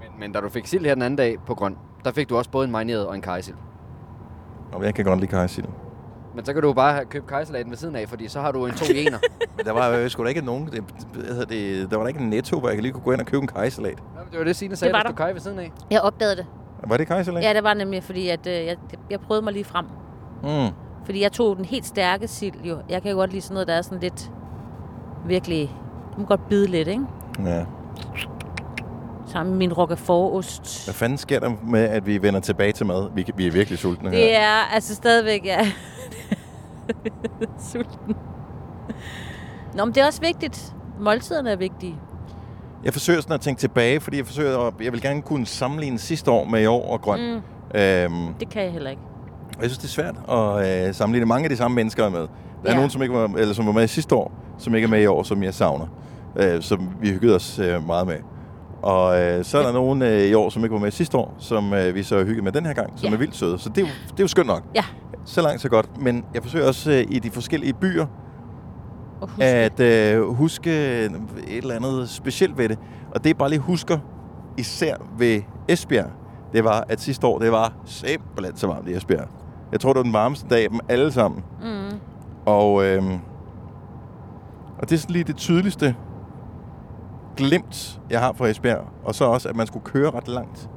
[SPEAKER 3] Men, men da du fik sild her den anden dag på grøn, der fik du også både en marineret og en kajsild.
[SPEAKER 1] Og jeg kan godt lide kajsild.
[SPEAKER 3] Men så kan du jo bare have- købe kajsalaten ved siden af, fordi så har du en to
[SPEAKER 2] <laughs>
[SPEAKER 3] i ener.
[SPEAKER 1] Men der var jo sgu da ikke nogen, det, hvad hedder det, der var da ikke en netto, hvor jeg lige kunne gå ind og købe en kajsalat.
[SPEAKER 3] Nå, men det var det, Signe sagde,
[SPEAKER 2] var
[SPEAKER 3] at du
[SPEAKER 2] der.
[SPEAKER 3] kaj ved siden af.
[SPEAKER 2] Jeg opdagede det.
[SPEAKER 1] Var det kajsalat?
[SPEAKER 2] Ja, det var nemlig, fordi at, øh, jeg, jeg prøvede mig lige frem.
[SPEAKER 1] Mm.
[SPEAKER 2] Fordi jeg tog den helt stærke sild jo. Jeg kan jo godt lide sådan noget, der er sådan lidt virkelig... Du må godt bide lidt, ikke?
[SPEAKER 1] Ja.
[SPEAKER 2] Sammen med min roquefort-ost.
[SPEAKER 1] Hvad fanden sker der med, at vi vender tilbage til mad? Vi, kan- vi er virkelig sultne her.
[SPEAKER 2] Det er altså stadigvæk, ja. <laughs> Sulten. Nå, men det er også vigtigt. Måltiderne er vigtige.
[SPEAKER 1] Jeg forsøger sådan at tænke tilbage, fordi jeg forsøger at, jeg vil gerne kunne sammenligne sidste år med i år og grøn.
[SPEAKER 2] Mm.
[SPEAKER 1] Øhm,
[SPEAKER 2] Det kan jeg heller ikke.
[SPEAKER 1] og jeg synes, det er svært at øh, sammenligne mange af de samme mennesker med. Der er
[SPEAKER 2] Ja.
[SPEAKER 1] nogen, som, ikke var, eller, som var med sidste år, som ikke er med i år, som jeg savner. Øh, som vi hyggede os øh, meget med. Og øh, så er der nogen øh, i år, som ikke var med sidste år, som øh, vi så har hygget med den her gang, som
[SPEAKER 2] Ja.
[SPEAKER 1] er vildt søde. Så det er, jo, det er jo skønt nok.
[SPEAKER 2] Ja.
[SPEAKER 1] Så langt, så godt. Men jeg forsøger også øh, i de forskellige byer
[SPEAKER 2] Og huske.
[SPEAKER 1] at øh, huske et eller andet specielt ved det. Og det jeg bare lige husker, især ved Esbjerg, det var, at sidste år, det var simpelthen så varmt i Esbjerg. Jeg tror, det var den varmeste dag af dem alle sammen.
[SPEAKER 2] Mm.
[SPEAKER 1] Og, øh, og det er sådan lige det tydeligste glimt, jeg har fra Esbjerg. Og så også, at man skulle køre ret langt.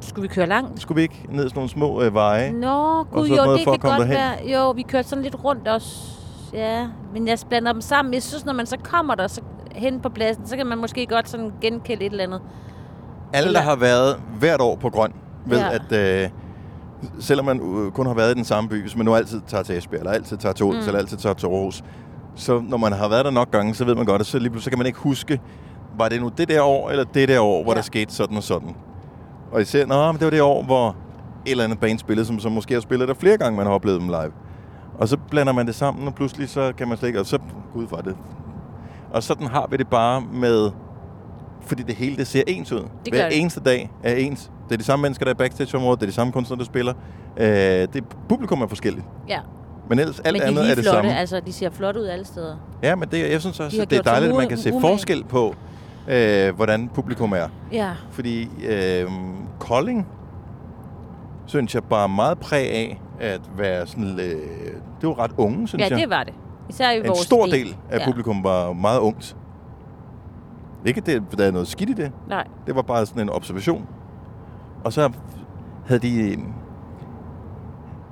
[SPEAKER 2] Skulle vi køre langt?
[SPEAKER 1] Skulle vi ikke ned ad sådan nogle små øh, veje?
[SPEAKER 2] Nå,
[SPEAKER 1] Og
[SPEAKER 2] gud,
[SPEAKER 1] så
[SPEAKER 2] jo,
[SPEAKER 1] noget
[SPEAKER 2] det
[SPEAKER 1] for
[SPEAKER 2] kan
[SPEAKER 1] at komme
[SPEAKER 2] godt
[SPEAKER 1] derhen.
[SPEAKER 2] være. Jo, vi kørte sådan lidt rundt også. Ja, men jeg blander dem sammen. Jeg synes, når man så kommer der så hen på pladsen, så kan man måske godt sådan genkende et eller andet.
[SPEAKER 1] Alle, der har været hvert år på Grøn, ved,
[SPEAKER 2] Ja.
[SPEAKER 1] at øh, selvom man øh, kun har været i den samme by, hvis man nu altid tager til Esbjerg, eller altid tager til Odense,
[SPEAKER 2] Mm.
[SPEAKER 1] mm. eller altid tager til Aarhus, så når man har været der nok gange, så ved man godt, at så lige pludselig så kan man ikke huske, var det nu det der år, eller det der år, hvor ja. der skete sådan og sådan. Og især, nå, men det var det år, hvor et eller andet band spillede, som, som måske har spillet der flere gange, man har oplevet dem live. Og så blander man det sammen, og pludselig så kan man slet ikke, og så, gud var det. Og sådan har vi det bare med, fordi det hele det ser ens ud.
[SPEAKER 2] Det gør
[SPEAKER 1] Hver
[SPEAKER 2] det.
[SPEAKER 1] eneste dag er ens. Det er de samme mennesker, der er i backstage-området, det er de samme kunstnere, der spiller. Øh, det, publikum er forskelligt.
[SPEAKER 2] Ja.
[SPEAKER 1] Men ellers alt
[SPEAKER 2] men de
[SPEAKER 1] andet
[SPEAKER 2] lige
[SPEAKER 1] er det
[SPEAKER 2] flotte.
[SPEAKER 1] samme.
[SPEAKER 2] Altså, de ser flot ud alle steder.
[SPEAKER 1] Ja, men det, jeg synes
[SPEAKER 2] De
[SPEAKER 1] også,
[SPEAKER 2] har
[SPEAKER 1] at det er
[SPEAKER 2] gjort sig
[SPEAKER 1] dejligt, at
[SPEAKER 2] ude-
[SPEAKER 1] man kan se
[SPEAKER 2] umage.
[SPEAKER 1] forskel på, øh, hvordan publikum er.
[SPEAKER 2] Ja.
[SPEAKER 1] Fordi øh, Kolding, synes jeg, bare meget præg af at være sådan... Øh, det var ret unge, synes
[SPEAKER 2] ja,
[SPEAKER 1] jeg.
[SPEAKER 2] det var det. Især i
[SPEAKER 1] En
[SPEAKER 2] vores
[SPEAKER 1] stor del af
[SPEAKER 2] Ja.
[SPEAKER 1] publikum var meget ungt. Ikke, det, der er noget skidt i det.
[SPEAKER 2] Nej.
[SPEAKER 1] Det var bare sådan en observation. Og så havde de... øh,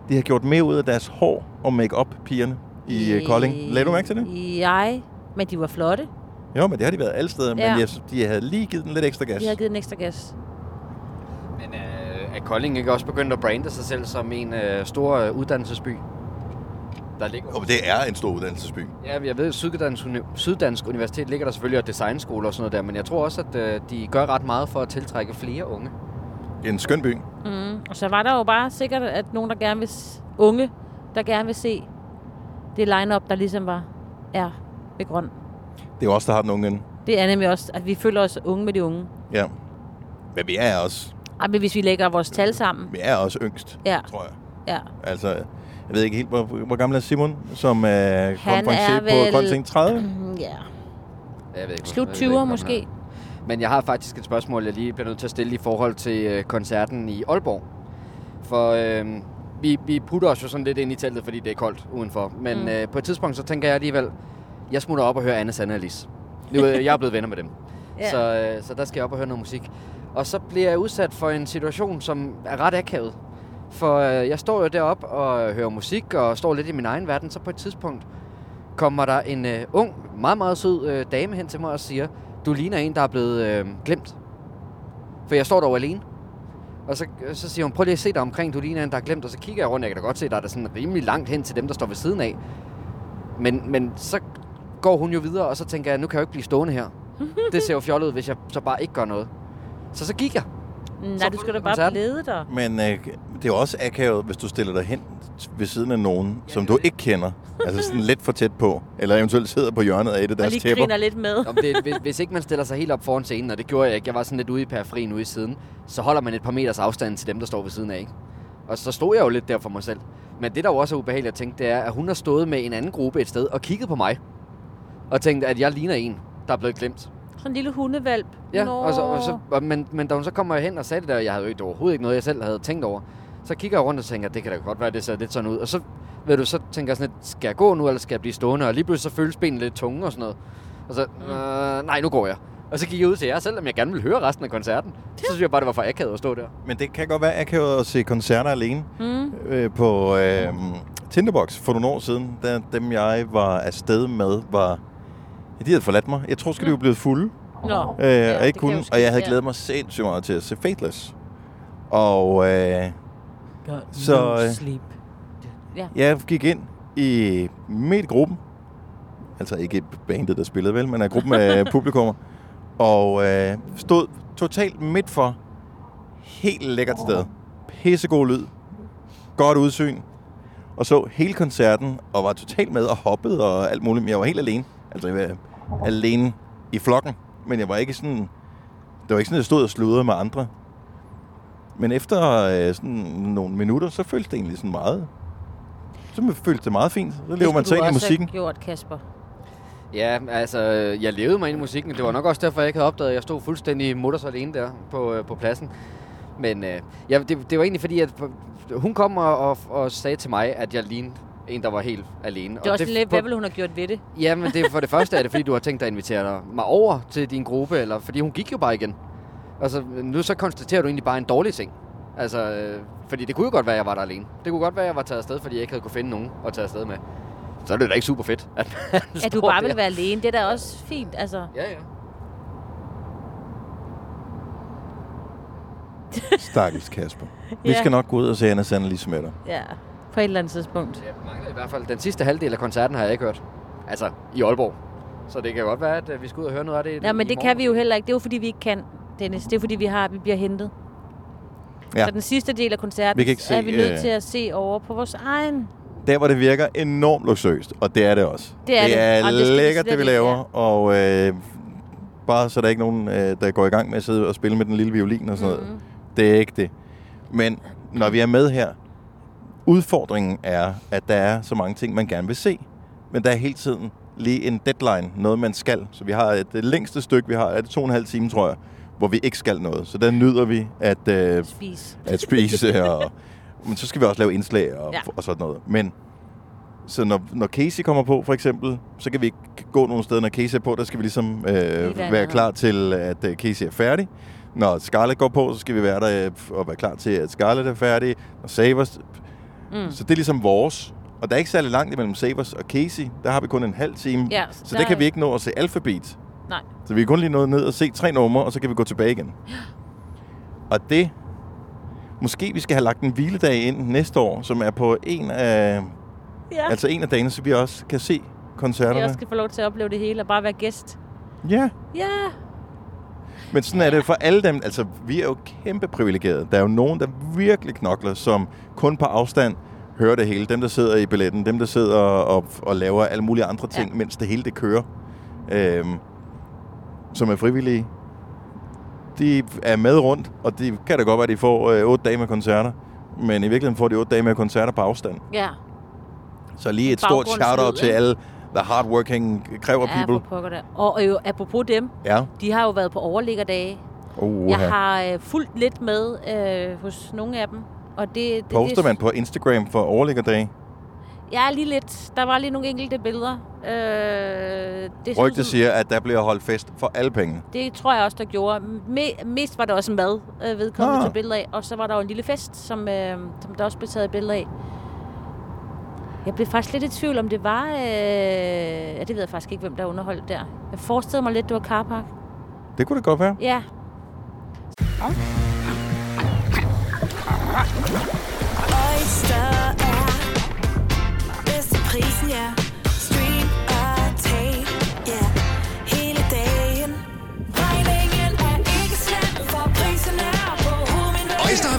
[SPEAKER 1] De har gjort mere ud af deres hår og makeup pigerne i øh, Kolding. Lad du mærke til det?
[SPEAKER 2] Jeg, men de var flotte.
[SPEAKER 1] Jo, men det har de været alle steder, men
[SPEAKER 2] Ja.
[SPEAKER 1] jeg synes, de havde lige givet den lidt ekstra gas.
[SPEAKER 2] De havde givet en ekstra gas.
[SPEAKER 3] øh, Er Kolding ikke også begyndt at brande sig selv som en øh, stor øh, uddannelsesby? Der ligger...
[SPEAKER 1] Jo, men det er en stor uddannelsesby.
[SPEAKER 3] Ja, jeg ved, at Syddansk, Uni- Syddansk Universitet ligger der selvfølgelig og designskoler og sådan noget der, men jeg tror også, at øh, de gør ret meget for at tiltrække flere unge.
[SPEAKER 1] En skøn by.
[SPEAKER 2] Mm. Og så var der jo bare sikkert, at nogen, der gerne vil... s- Unge, der gerne vil se det line-up, der ligesom var er ved grøn.
[SPEAKER 1] Det er jo også der har den unge ende.
[SPEAKER 2] Det er nemlig også, at vi føler os unge med de unge.
[SPEAKER 1] Ja. Men vi er også,
[SPEAKER 2] Ej, men hvis vi lægger vores tal sammen.
[SPEAKER 1] vi er også yngst,
[SPEAKER 2] Ja.
[SPEAKER 1] tror jeg.
[SPEAKER 2] Ja.
[SPEAKER 1] Altså, jeg ved ikke helt, hvor, hvor gammel er Simon, som øh, kom fra en
[SPEAKER 2] er
[SPEAKER 1] chef på Grønting 30?
[SPEAKER 2] Mm, Ja.
[SPEAKER 3] Jeg ved ikke,
[SPEAKER 2] Slut
[SPEAKER 3] jeg ved
[SPEAKER 2] 20'er
[SPEAKER 3] ikke, om
[SPEAKER 2] måske.
[SPEAKER 3] han er. Men jeg har faktisk et spørgsmål, jeg lige bliver nødt til at stille i forhold til øh, koncerten i Aalborg. For øh, vi, vi putter os jo sådan lidt ind i teltet, fordi det er koldt udenfor. Men
[SPEAKER 13] Mm.
[SPEAKER 3] mm. øh, på et tidspunkt, så tænker jeg alligevel, jeg smutter op og hører Anne, Sanne og Lis. Nu, øh, jeg er blevet venner med dem.
[SPEAKER 13] Ja.
[SPEAKER 3] yeah. så, øh, så der skal jeg op og høre noget musik. Og så bliver jeg udsat for en situation, som er ret akavet. For øh, jeg står jo deroppe og hører musik og står lidt i min egen verden, så på et tidspunkt kommer der en øh, ung, meget, meget sød øh, dame hen til mig og siger, du ligner en, der er blevet øh, glemt. For jeg står dog alene. Og så, øh, så siger hun, prøv lige at se dig omkring, du ligner en, der er glemt. Og så kigger jeg rundt, jeg kan da godt se, der er der sådan rimelig langt hen til dem, der står ved siden af. Men, men så går hun jo videre, og så tænker jeg, nu kan jeg jo ikke blive stående her. Det ser jo fjollet ud, hvis jeg så bare ikke gør noget. Så så gik jeg.
[SPEAKER 2] Mm, Nej, du skal da bare
[SPEAKER 3] koncerten.
[SPEAKER 2] blive der.
[SPEAKER 1] Men øh, det er jo også akavet, hvis du stiller dig hen ved siden af nogen, som du ikke kender. Altså sådan lidt for tæt på. Eller eventuelt sidder på hjørnet af det, deres tæpper.
[SPEAKER 2] lidt med.
[SPEAKER 3] Om det, hvis, hvis ikke man stiller sig helt op foran scenen, og det gjorde jeg ikke, jeg var sådan lidt ude i periferien ude i siden, så holder man et par meters afstand til dem, der står ved siden af. Ikke? Og så stod jeg jo lidt der for mig selv. Men det, der jo også er ubehageligt at tænke, det er, at hun har stået med en anden gruppe et sted og kigget på mig. Og tænkt, at jeg ligner en, der er blevet glemt.
[SPEAKER 2] Sådan en lille hundevalp.
[SPEAKER 3] Ja,
[SPEAKER 2] Nå.
[SPEAKER 3] og så, og så, og, men, men da hun så kommer hen og sagde det der, jeg havde jo ikke, overhovedet ikke noget, jeg selv havde tænkt over, så kigger jeg rundt og tænker, det kan da godt være, det ser lidt sådan ud. Og så, ved du, så tænker jeg sådan lidt, skal jeg gå nu, eller skal jeg blive stående? Og lige pludselig så føles benene lidt tunge og sådan noget. Og så, øh, nej, nu går jeg. Og så gik jeg ud til jer, selvom jeg gerne ville høre resten af koncerten. Så synes jeg bare, det var for akavet at stå der.
[SPEAKER 1] Men det kan godt være akavet at se koncerter alene.
[SPEAKER 3] Mm.
[SPEAKER 1] Øh, på øh, Tinderbox for nogle år siden, da dem jeg var afsted med, var... Ja, de havde forladt mig. Jeg tror, skulle de var blevet fulde.
[SPEAKER 2] Nå.
[SPEAKER 1] Øh, ja, og,
[SPEAKER 2] det
[SPEAKER 1] ikke
[SPEAKER 2] kan
[SPEAKER 1] kunne,
[SPEAKER 2] jo ske,
[SPEAKER 1] og jeg havde
[SPEAKER 2] ja.
[SPEAKER 1] glædet mig sindssygt meget til at se Faithless. Og øh, så
[SPEAKER 13] no
[SPEAKER 1] øh,
[SPEAKER 13] sleep.
[SPEAKER 2] Ja.
[SPEAKER 1] jeg gik ind i midt i gruppen. Altså ikke bandet, der spillede vel, men af gruppen
[SPEAKER 2] <laughs>
[SPEAKER 1] af publikummer. Og øh, stod totalt midt for. Helt lækkert sted. Pissegod lyd. Godt udsyn. Og så hele koncerten, og var totalt med og hoppede og alt muligt. Men jeg var helt alene. Altså, jeg var alene i flokken. Men jeg var ikke sådan... Det var ikke sådan, at jeg stod og sludrede med andre. Men efter øh, sådan nogle minutter, så føltes det egentlig sådan meget... Så føltes det meget fint. Så lever man så ind i musikken.
[SPEAKER 2] Det skulle du også have gjort, Kasper.
[SPEAKER 3] Ja, altså, jeg levede mig ind i musikken. Det var nok også derfor, jeg ikke havde opdaget, at jeg stod fuldstændig mutters alene der på, øh, på pladsen. Men øh, ja, det, det var egentlig fordi, at hun kom og, og, og sagde til mig, at jeg lignede en, der var helt alene.
[SPEAKER 2] Det er også lidt, hvad ville hun have gjort ved det?
[SPEAKER 3] Ja, men det, for det første er det, fordi du har tænkt dig at invitere dig- mig over til din gruppe, eller fordi hun gik jo bare igen. Altså, nu så konstaterer du egentlig bare en dårlig ting. Altså, øh, fordi det kunne jo godt være, at jeg var der alene. Det kunne godt være, at jeg var taget afsted, fordi jeg ikke havde kunne finde nogen at tage afsted med. Så er det da ikke super fedt, at man
[SPEAKER 2] At du
[SPEAKER 3] står
[SPEAKER 2] bare
[SPEAKER 3] der.
[SPEAKER 2] vil være alene, det er da også fint, altså.
[SPEAKER 3] Ja, ja.
[SPEAKER 1] Stakkels Kasper. Vi
[SPEAKER 2] Ja.
[SPEAKER 1] skal nok gå ud og se Anna Sander lige med dig.
[SPEAKER 2] Ja, på et eller andet tidspunkt.
[SPEAKER 3] Jeg mangler i hvert fald. Den sidste halvdel af koncerten har jeg ikke hørt. Altså, i Aalborg. Så det kan godt være, at øh, vi skal ud og høre noget af det.
[SPEAKER 2] Ja, men
[SPEAKER 3] i
[SPEAKER 2] det
[SPEAKER 3] morgen.
[SPEAKER 2] kan vi jo heller ikke. Det er jo fordi, vi ikke kan, Dennis. Det er fordi, vi har, vi bliver hentet.
[SPEAKER 1] Ja.
[SPEAKER 2] Så den sidste del af koncerten
[SPEAKER 1] Vi kan ikke se,
[SPEAKER 2] er vi nødt
[SPEAKER 1] øh,
[SPEAKER 2] til at se over på vores egen.
[SPEAKER 1] Der, hvor det virker enormt luksuriøst, og det er det også.
[SPEAKER 2] Det er det,
[SPEAKER 1] er
[SPEAKER 2] og det skal vi
[SPEAKER 1] lækkert,
[SPEAKER 2] slet
[SPEAKER 1] det vi
[SPEAKER 2] ikke,
[SPEAKER 1] laver, og øh, bare så der er ikke nogen, øh, der går i gang med at sidde og spille med den lille violin og sådan mm-hmm. noget. Det er ikke det. Men når vi er med her, udfordringen er, at der er så mange ting, man gerne vil se, men der er hele tiden lige en deadline, noget man skal. Så vi har det længste stykke, vi har, er det to og en halv time, tror jeg, hvor vi ikke skal noget. Så der nyder vi at, øh,
[SPEAKER 2] Spise.
[SPEAKER 1] at
[SPEAKER 2] <laughs>
[SPEAKER 1] spise og, men så skal vi også lave indslag og,
[SPEAKER 2] Ja.
[SPEAKER 1] ja. og sådan noget. Men så når, når Casey kommer på, for eksempel, så kan vi ikke gå nogen steder, når Casey er på. Der skal vi ligesom øh,
[SPEAKER 13] være
[SPEAKER 1] være
[SPEAKER 13] nede.
[SPEAKER 1] klar til, at øh, Casey er færdig. Når Scarlett går på, så skal vi være der øh, og være klar til, at Scarlett er færdig. Når Savers...
[SPEAKER 2] Mm.
[SPEAKER 1] Så det er ligesom vores. Og der er ikke særlig langt imellem Savers og Casey. Der har vi kun en halv time.
[SPEAKER 2] Ja,
[SPEAKER 1] så
[SPEAKER 2] så
[SPEAKER 1] der,
[SPEAKER 2] der-
[SPEAKER 1] kan vi ikke nå at se alfabet.
[SPEAKER 2] Nej.
[SPEAKER 1] Så vi kan kun lige nå ned og se tre numre, og så kan vi gå tilbage igen. Og det... Måske vi skal have lagt en hviledag ind næste år, som er på en af...
[SPEAKER 2] Ja.
[SPEAKER 1] Altså en af dagene, så vi også kan se
[SPEAKER 2] Jeg
[SPEAKER 1] koncerterne.
[SPEAKER 2] også skal få lov til at opleve det hele og bare være gæst.
[SPEAKER 1] Ja.
[SPEAKER 2] Ja.
[SPEAKER 1] Men sådan er det for alle dem. Altså, vi er jo kæmpe privilegerede. Der er jo nogen, der virkelig knokler, som kun på afstand hører det hele. Dem, der sidder i billetten, dem, der sidder og, og laver alle mulige andre ting, ja. mens det hele det kører. Øhm, som er frivillige. De er med rundt, og det kan da godt være, at de får øh, otte dage med koncerter. Men i virkeligheden får de otte dage med koncerter på afstand.
[SPEAKER 2] Ja.
[SPEAKER 1] Så lige et stort
[SPEAKER 2] Baggrundslyd,
[SPEAKER 1] shout-out til
[SPEAKER 2] ikke?
[SPEAKER 1] alle the hardworking kræver
[SPEAKER 2] ja, for
[SPEAKER 1] people.
[SPEAKER 2] pokker da. Og, og jo, apropos dem,
[SPEAKER 1] Ja.
[SPEAKER 2] de har jo været på overliggerdage.
[SPEAKER 1] Uh,
[SPEAKER 2] Jeg har øh, fulgt lidt med øh, hos nogle af dem. Og det, det, det-
[SPEAKER 1] Poster man på Instagram for overliggerdage?
[SPEAKER 2] Ja, lige lidt. Der var lige nogle enkelte billeder. Øh, det, er
[SPEAKER 1] Rygte
[SPEAKER 2] sådan-
[SPEAKER 1] siger, at der bliver holdt fest for alle penge.
[SPEAKER 2] Det tror jeg også, der gjorde. Me- mest var der også mad, øh, vedkommende
[SPEAKER 1] Ah.
[SPEAKER 2] til billeder af. Og så var der jo en lille fest, som, øh, som der også blev taget billeder af. Jeg blev faktisk lidt i tvivl, om det var... Øh, ja, det ved jeg faktisk ikke, hvem der underholdt der. Jeg forestillede mig lidt, det var Carpark.
[SPEAKER 1] Det kunne det godt være.
[SPEAKER 2] Ja.
[SPEAKER 13] Oyster er bedst til prisen, ja. Stream og tag, ja. Hele dagen. Regningen er ikke slem, for prisen er på hovedet.
[SPEAKER 14] Øjster har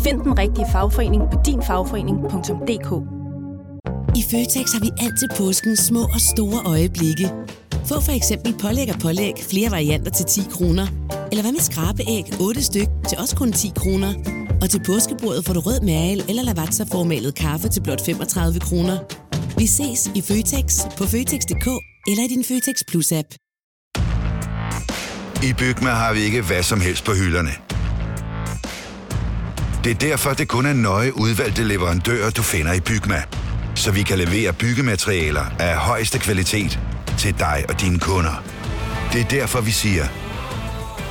[SPEAKER 15] Find den rigtige fagforening på dinfagforening.dk.
[SPEAKER 16] I Føtex har vi altid påsken små og store øjeblikke. Få for eksempel pålæg og pålæg flere varianter til 10 kroner. Eller hvad med skrabeæg 8 styk til også kun 10 kroner. Og til påskebordet får du rød mal eller lavatserformalet kaffe til blot 35 kroner. Vi ses i Føtex på Føtex.dk eller i din Føtex Plus-app.
[SPEAKER 17] I Bygma har vi ikke hvad som helst på hylderne. Det er derfor, det kun er nøje udvalgte leverandører, du finder i Bygma. Så vi kan levere byggematerialer af højeste kvalitet til dig og dine kunder. Det er derfor, vi siger,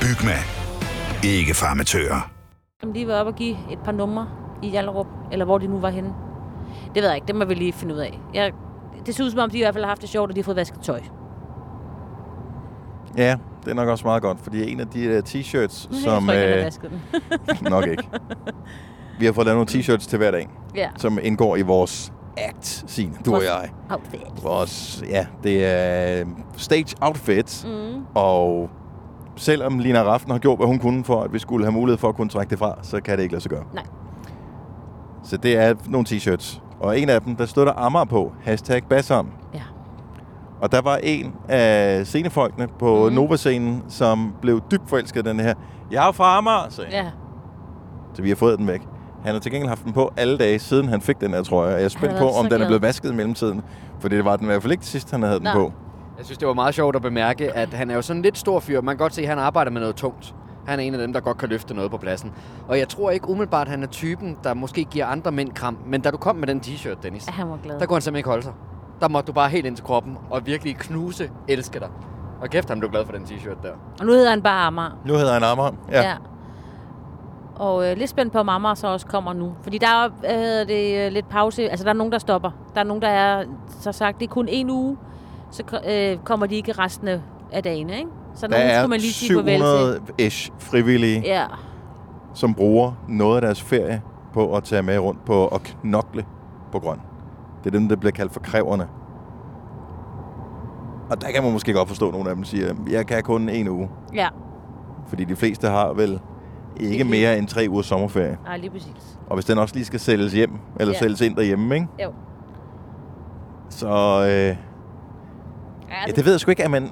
[SPEAKER 17] Bygma. Ikke farmatører.
[SPEAKER 2] Som lige var op og give et par numre i Jallerup, eller hvor de nu var henne. Det ved jeg ikke, det må vi lige finde ud af. Jeg, det ser ud som om, de i hvert fald har haft det sjovt, og de har fået vasket tøj.
[SPEAKER 1] Ja, det er nok også meget godt, fordi en af de der t-shirts, som... øh,
[SPEAKER 2] jeg tror ikke, han har vasket dem. <laughs>
[SPEAKER 1] <laughs> nok ikke. Vi har fået lavet nogle t-shirts til hver dag,
[SPEAKER 2] Ja.
[SPEAKER 1] som indgår i vores act scene, du og jeg.
[SPEAKER 2] Outfit.
[SPEAKER 1] Vores, ja, det er øhm, stage outfits,
[SPEAKER 2] Mm.
[SPEAKER 1] og selvom Lina Raften har gjort, hvad hun kunne for, at vi skulle have mulighed for at kunne trække det fra, så kan det ikke lade sig gøre.
[SPEAKER 2] Nej.
[SPEAKER 1] Så det er nogle t-shirts. Og en af dem, der stod der Amager på, hashtag Bassam.
[SPEAKER 2] Ja.
[SPEAKER 1] Og der var en af scenefolkene på mm. Nova-scenen, som blev dybt forelsket i den her. Jeg er fra Amager, sagde han.
[SPEAKER 2] Ja.
[SPEAKER 1] Så vi har fået den væk. Han har til gengæld haft den på alle dage, siden han fik den her trøje. Og jeg er spændt
[SPEAKER 3] har
[SPEAKER 1] på,
[SPEAKER 3] været
[SPEAKER 1] om
[SPEAKER 3] så
[SPEAKER 1] den er
[SPEAKER 3] glad.
[SPEAKER 1] blevet vasket i mellemtiden. For det var den i hvert fald ikke sidst, han havde den
[SPEAKER 3] Nej.
[SPEAKER 1] på.
[SPEAKER 3] Jeg synes, det var meget sjovt at bemærke, at han er jo sådan en lidt stor fyr. Man kan godt se, at han arbejder med noget tungt. Han er en af dem, der godt kan løfte noget på pladsen. Og jeg tror ikke umiddelbart, at han er typen, der måske giver andre mænd kram. Men da du kom med den t-shirt, Dennis,
[SPEAKER 2] Ja, han var glad.
[SPEAKER 3] der kunne han simpelthen ikke holde sig. Der måtte du bare helt ind til kroppen og virkelig knuse elske dig. Og kæft, han blev glad for den t-shirt der.
[SPEAKER 2] Og nu hedder han bare Amager.
[SPEAKER 1] Nu hedder han Amager. Ja. ja.
[SPEAKER 2] Og øh, lidt spændt på, om Amager så også kommer nu. Fordi der er hvad hedder det, øh, lidt pause. Altså, der er nogen, der stopper. Der er nogen, der er, så sagt, det er kun en uge. Så ko- øh, kommer de ikke resten af- af dagen, ikke? Så
[SPEAKER 1] Der
[SPEAKER 2] nogen
[SPEAKER 1] er
[SPEAKER 2] skulle man lige sige farvel til.
[SPEAKER 1] 700-ish frivillige,
[SPEAKER 2] Ja,
[SPEAKER 1] som bruger noget af deres ferie på at tage med rundt på og knokle på grøn. Det er dem, der bliver kaldt for kræverne. Og der kan man måske godt forstå, at nogle af dem siger, jeg kan kun en uge.
[SPEAKER 2] ja.
[SPEAKER 1] Fordi de fleste har vel ikke mere end tre uger sommerferie.
[SPEAKER 2] Nej, lige præcis.
[SPEAKER 1] Og hvis den også lige skal sælges hjem, eller
[SPEAKER 2] Ja.
[SPEAKER 1] ja. sælges ind derhjemme, ikke?
[SPEAKER 2] Jo.
[SPEAKER 1] Så øh,
[SPEAKER 2] Altså-
[SPEAKER 1] ja, det ved jeg sgu ikke, er man,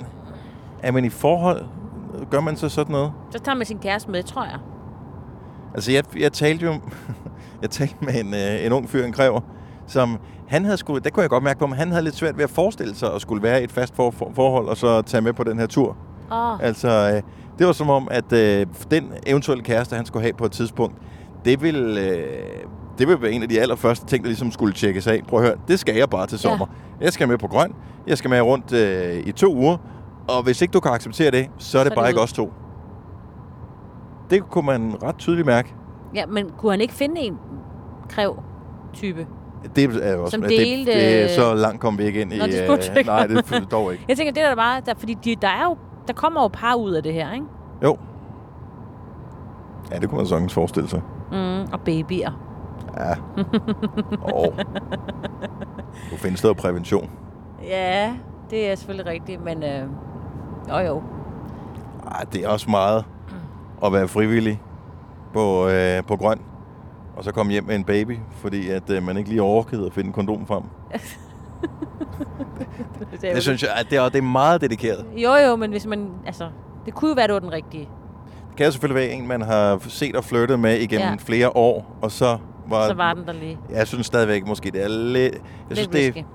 [SPEAKER 1] er man i forhold? Gør man så sådan noget?
[SPEAKER 2] Så tager man sin kæreste med, tror jeg.
[SPEAKER 1] <laughs> Altså, jeg, jeg talte jo jeg talte med en, øh, en ung fyr, en kræver, som han havde skulle, det kunne jeg godt mærke på, men han havde lidt svært ved at forestille sig at skulle være i et fast for, for, forhold, og så tage med på den her tur.
[SPEAKER 2] Åh.
[SPEAKER 1] Altså, øh, det var som om, at øh, den eventuelle kæreste, han skulle have på et tidspunkt, det ville, øh, det ville være en af de allerførste ting, der ligesom skulle tjekkes af. Prøv at høre, det skal jeg bare til sommer. Ja. Jeg skal med på grøn, jeg skal med rundt øh, i to uger, og hvis ikke du kan acceptere det, så er det
[SPEAKER 2] Så er
[SPEAKER 1] bare
[SPEAKER 2] det
[SPEAKER 1] ikke
[SPEAKER 2] ud.
[SPEAKER 1] os to. Det kunne man ret tydeligt mærke.
[SPEAKER 2] Ja, men kunne han ikke finde en kræv-type?
[SPEAKER 1] Det er jo også,
[SPEAKER 2] Som
[SPEAKER 1] det,
[SPEAKER 2] delte-
[SPEAKER 1] det, er så langt kom vi ikke ind i...
[SPEAKER 2] Nå, det
[SPEAKER 1] øh,
[SPEAKER 2] spurgte jeg ikke
[SPEAKER 1] nej,
[SPEAKER 2] om.
[SPEAKER 1] det er dog ikke.
[SPEAKER 2] Jeg tænker, det er der bare... Der, fordi de, der, er jo, der kommer jo par ud af det her, ikke?
[SPEAKER 1] Jo. Ja, det kunne man sagtens forestille sig.
[SPEAKER 2] Mm, og babyer.
[SPEAKER 1] Ja. Åh. Nu findes der jo prævention.
[SPEAKER 2] Ja, det er selvfølgelig rigtigt, men... Øh, jo, jo. <laughs>
[SPEAKER 1] Ej, Ah, det er også meget at være frivillig på, øh, på grøn, og så komme hjem med en baby, fordi at øh, man ikke lige overkede at finde en kondom frem. Det synes jeg, at det er, det er meget dedikeret.
[SPEAKER 2] Jo, jo, men hvis man... Altså, det kunne jo være, det var den rigtige.
[SPEAKER 1] Det kan jo selvfølgelig være en, man har set og flyttet med igennem
[SPEAKER 2] Ja.
[SPEAKER 1] ja. flere år, og så var...
[SPEAKER 2] Så var den der lige.
[SPEAKER 1] Jeg synes stadigvæk måske, det er lidt... Jeg synes, det
[SPEAKER 2] Lidt risky.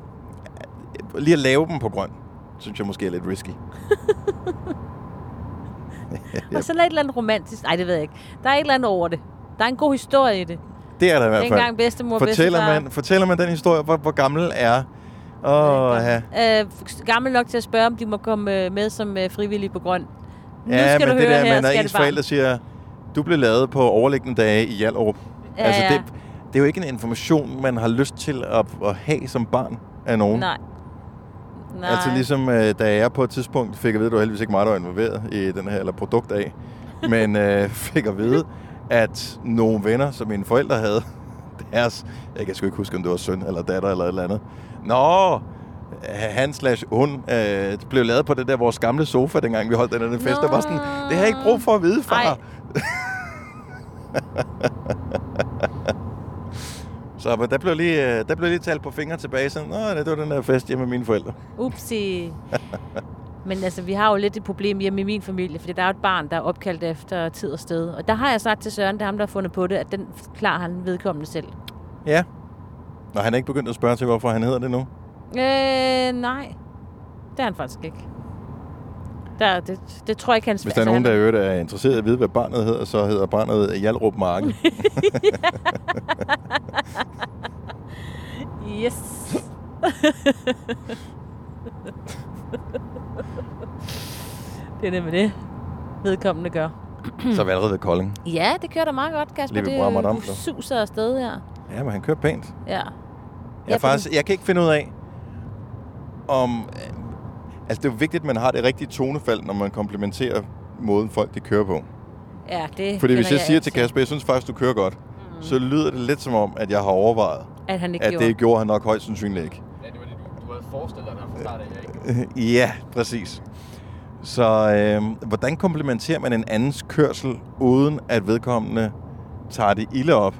[SPEAKER 1] er, lige at lave dem på grøn, synes jeg måske er lidt risky.
[SPEAKER 2] Yep. Og så er der et eller andet romantisk... Nej, det ved jeg ikke. Der er et eller andet over det. Der er en god historie i det.
[SPEAKER 1] Det er der i hvert fald.
[SPEAKER 2] Dengang bedstemor og
[SPEAKER 1] fortæller
[SPEAKER 2] bedstefar-
[SPEAKER 1] man, fortæller man den historie, hvor, hvor gammel er... Åh, ja.
[SPEAKER 2] Øh, f- gammel nok til at spørge, om de må komme øh, med som øh, frivillige på grøn. Nu
[SPEAKER 1] Ja,
[SPEAKER 2] skal
[SPEAKER 1] men
[SPEAKER 2] du
[SPEAKER 1] det
[SPEAKER 2] høre
[SPEAKER 1] der
[SPEAKER 2] her,
[SPEAKER 1] med, når ens
[SPEAKER 2] skattebarn.
[SPEAKER 1] forældre siger, du blev lavet på overliggende dage i Hjallerup.
[SPEAKER 2] Ja,
[SPEAKER 1] altså,
[SPEAKER 2] ja.
[SPEAKER 1] Det, det er jo ikke en information, man har lyst til at, at have som barn af nogen.
[SPEAKER 2] Nej. Nej.
[SPEAKER 1] Altså ligesom, øh, da jeg på et tidspunkt fik at vide, du var heldigvis ikke meget, der var involveret i den her, eller produkt
[SPEAKER 2] <laughs>
[SPEAKER 1] af, men øh, fik at vide, at nogle venner, som mine forældre havde, <laughs> deres, jeg kan sgu ikke huske, om det var søn eller datter eller et eller andet. Nå, han slash hun øh, blev lavet på det der vores gamle sofa, dengang vi holdt den anden fest. Der var sådan, det har jeg ikke brug for at vide, far.
[SPEAKER 2] Ej.
[SPEAKER 1] <laughs> Så men der blev lige, øh, der blev lige talt på fingre tilbage, sådan, Nå, det var den der fest hjemme med mine forældre.
[SPEAKER 2] Upsi. <laughs> Men altså, vi har jo lidt et problem hjemme i min familie, fordi der er jo et barn, der er opkaldt efter tid og sted. Og der har jeg sagt til Søren, det er ham, der har fundet på det, at den klarer han vedkommende selv.
[SPEAKER 1] Ja. Nå, han er ikke begyndt at spørge til, hvorfor han hedder det nu.
[SPEAKER 2] Øh, nej. Det er han faktisk ikke. Der, det, det tror jeg ikke, Altså,
[SPEAKER 1] Hvis
[SPEAKER 2] han...
[SPEAKER 1] der er nogen, der i øvrigt er interesseret i at vide, hvad barnet hedder, så hedder barnet Hjalrup
[SPEAKER 2] <laughs>
[SPEAKER 1] Marken.
[SPEAKER 2] <laughs> Yes. det er nemlig det, vedkommende gør.
[SPEAKER 1] så er vi allerede ved Kolding.
[SPEAKER 2] Ja, det kører da meget godt, Kasper.
[SPEAKER 1] Lige ved
[SPEAKER 2] det
[SPEAKER 1] Bramadam,
[SPEAKER 2] øh,
[SPEAKER 1] så.
[SPEAKER 2] suser afsted her.
[SPEAKER 1] Ja, men han kører pænt.
[SPEAKER 2] Ja.
[SPEAKER 1] Jeg, er faktisk, jeg kan ikke finde ud af, om... Altså, det er jo vigtigt, at man har det rigtige tonefald, når man komplimenterer måden, folk de kører på.
[SPEAKER 2] Ja, det
[SPEAKER 1] Fordi hvis
[SPEAKER 2] kender
[SPEAKER 1] jeg siger
[SPEAKER 2] alt
[SPEAKER 1] til Kasper, jeg synes faktisk, du kører godt, mm. så lyder det lidt som om, at jeg har overvejet,
[SPEAKER 2] At han ikke
[SPEAKER 1] at
[SPEAKER 2] gjorde.
[SPEAKER 1] det gjorde han nok højst sandsynligt ikke.
[SPEAKER 3] Ja, det var det, du, du havde forestillet dig fra start af, ikke?
[SPEAKER 1] ja, præcis. Så øh, hvordan komplementerer man en andens kørsel, uden at vedkommende tager det ilde op?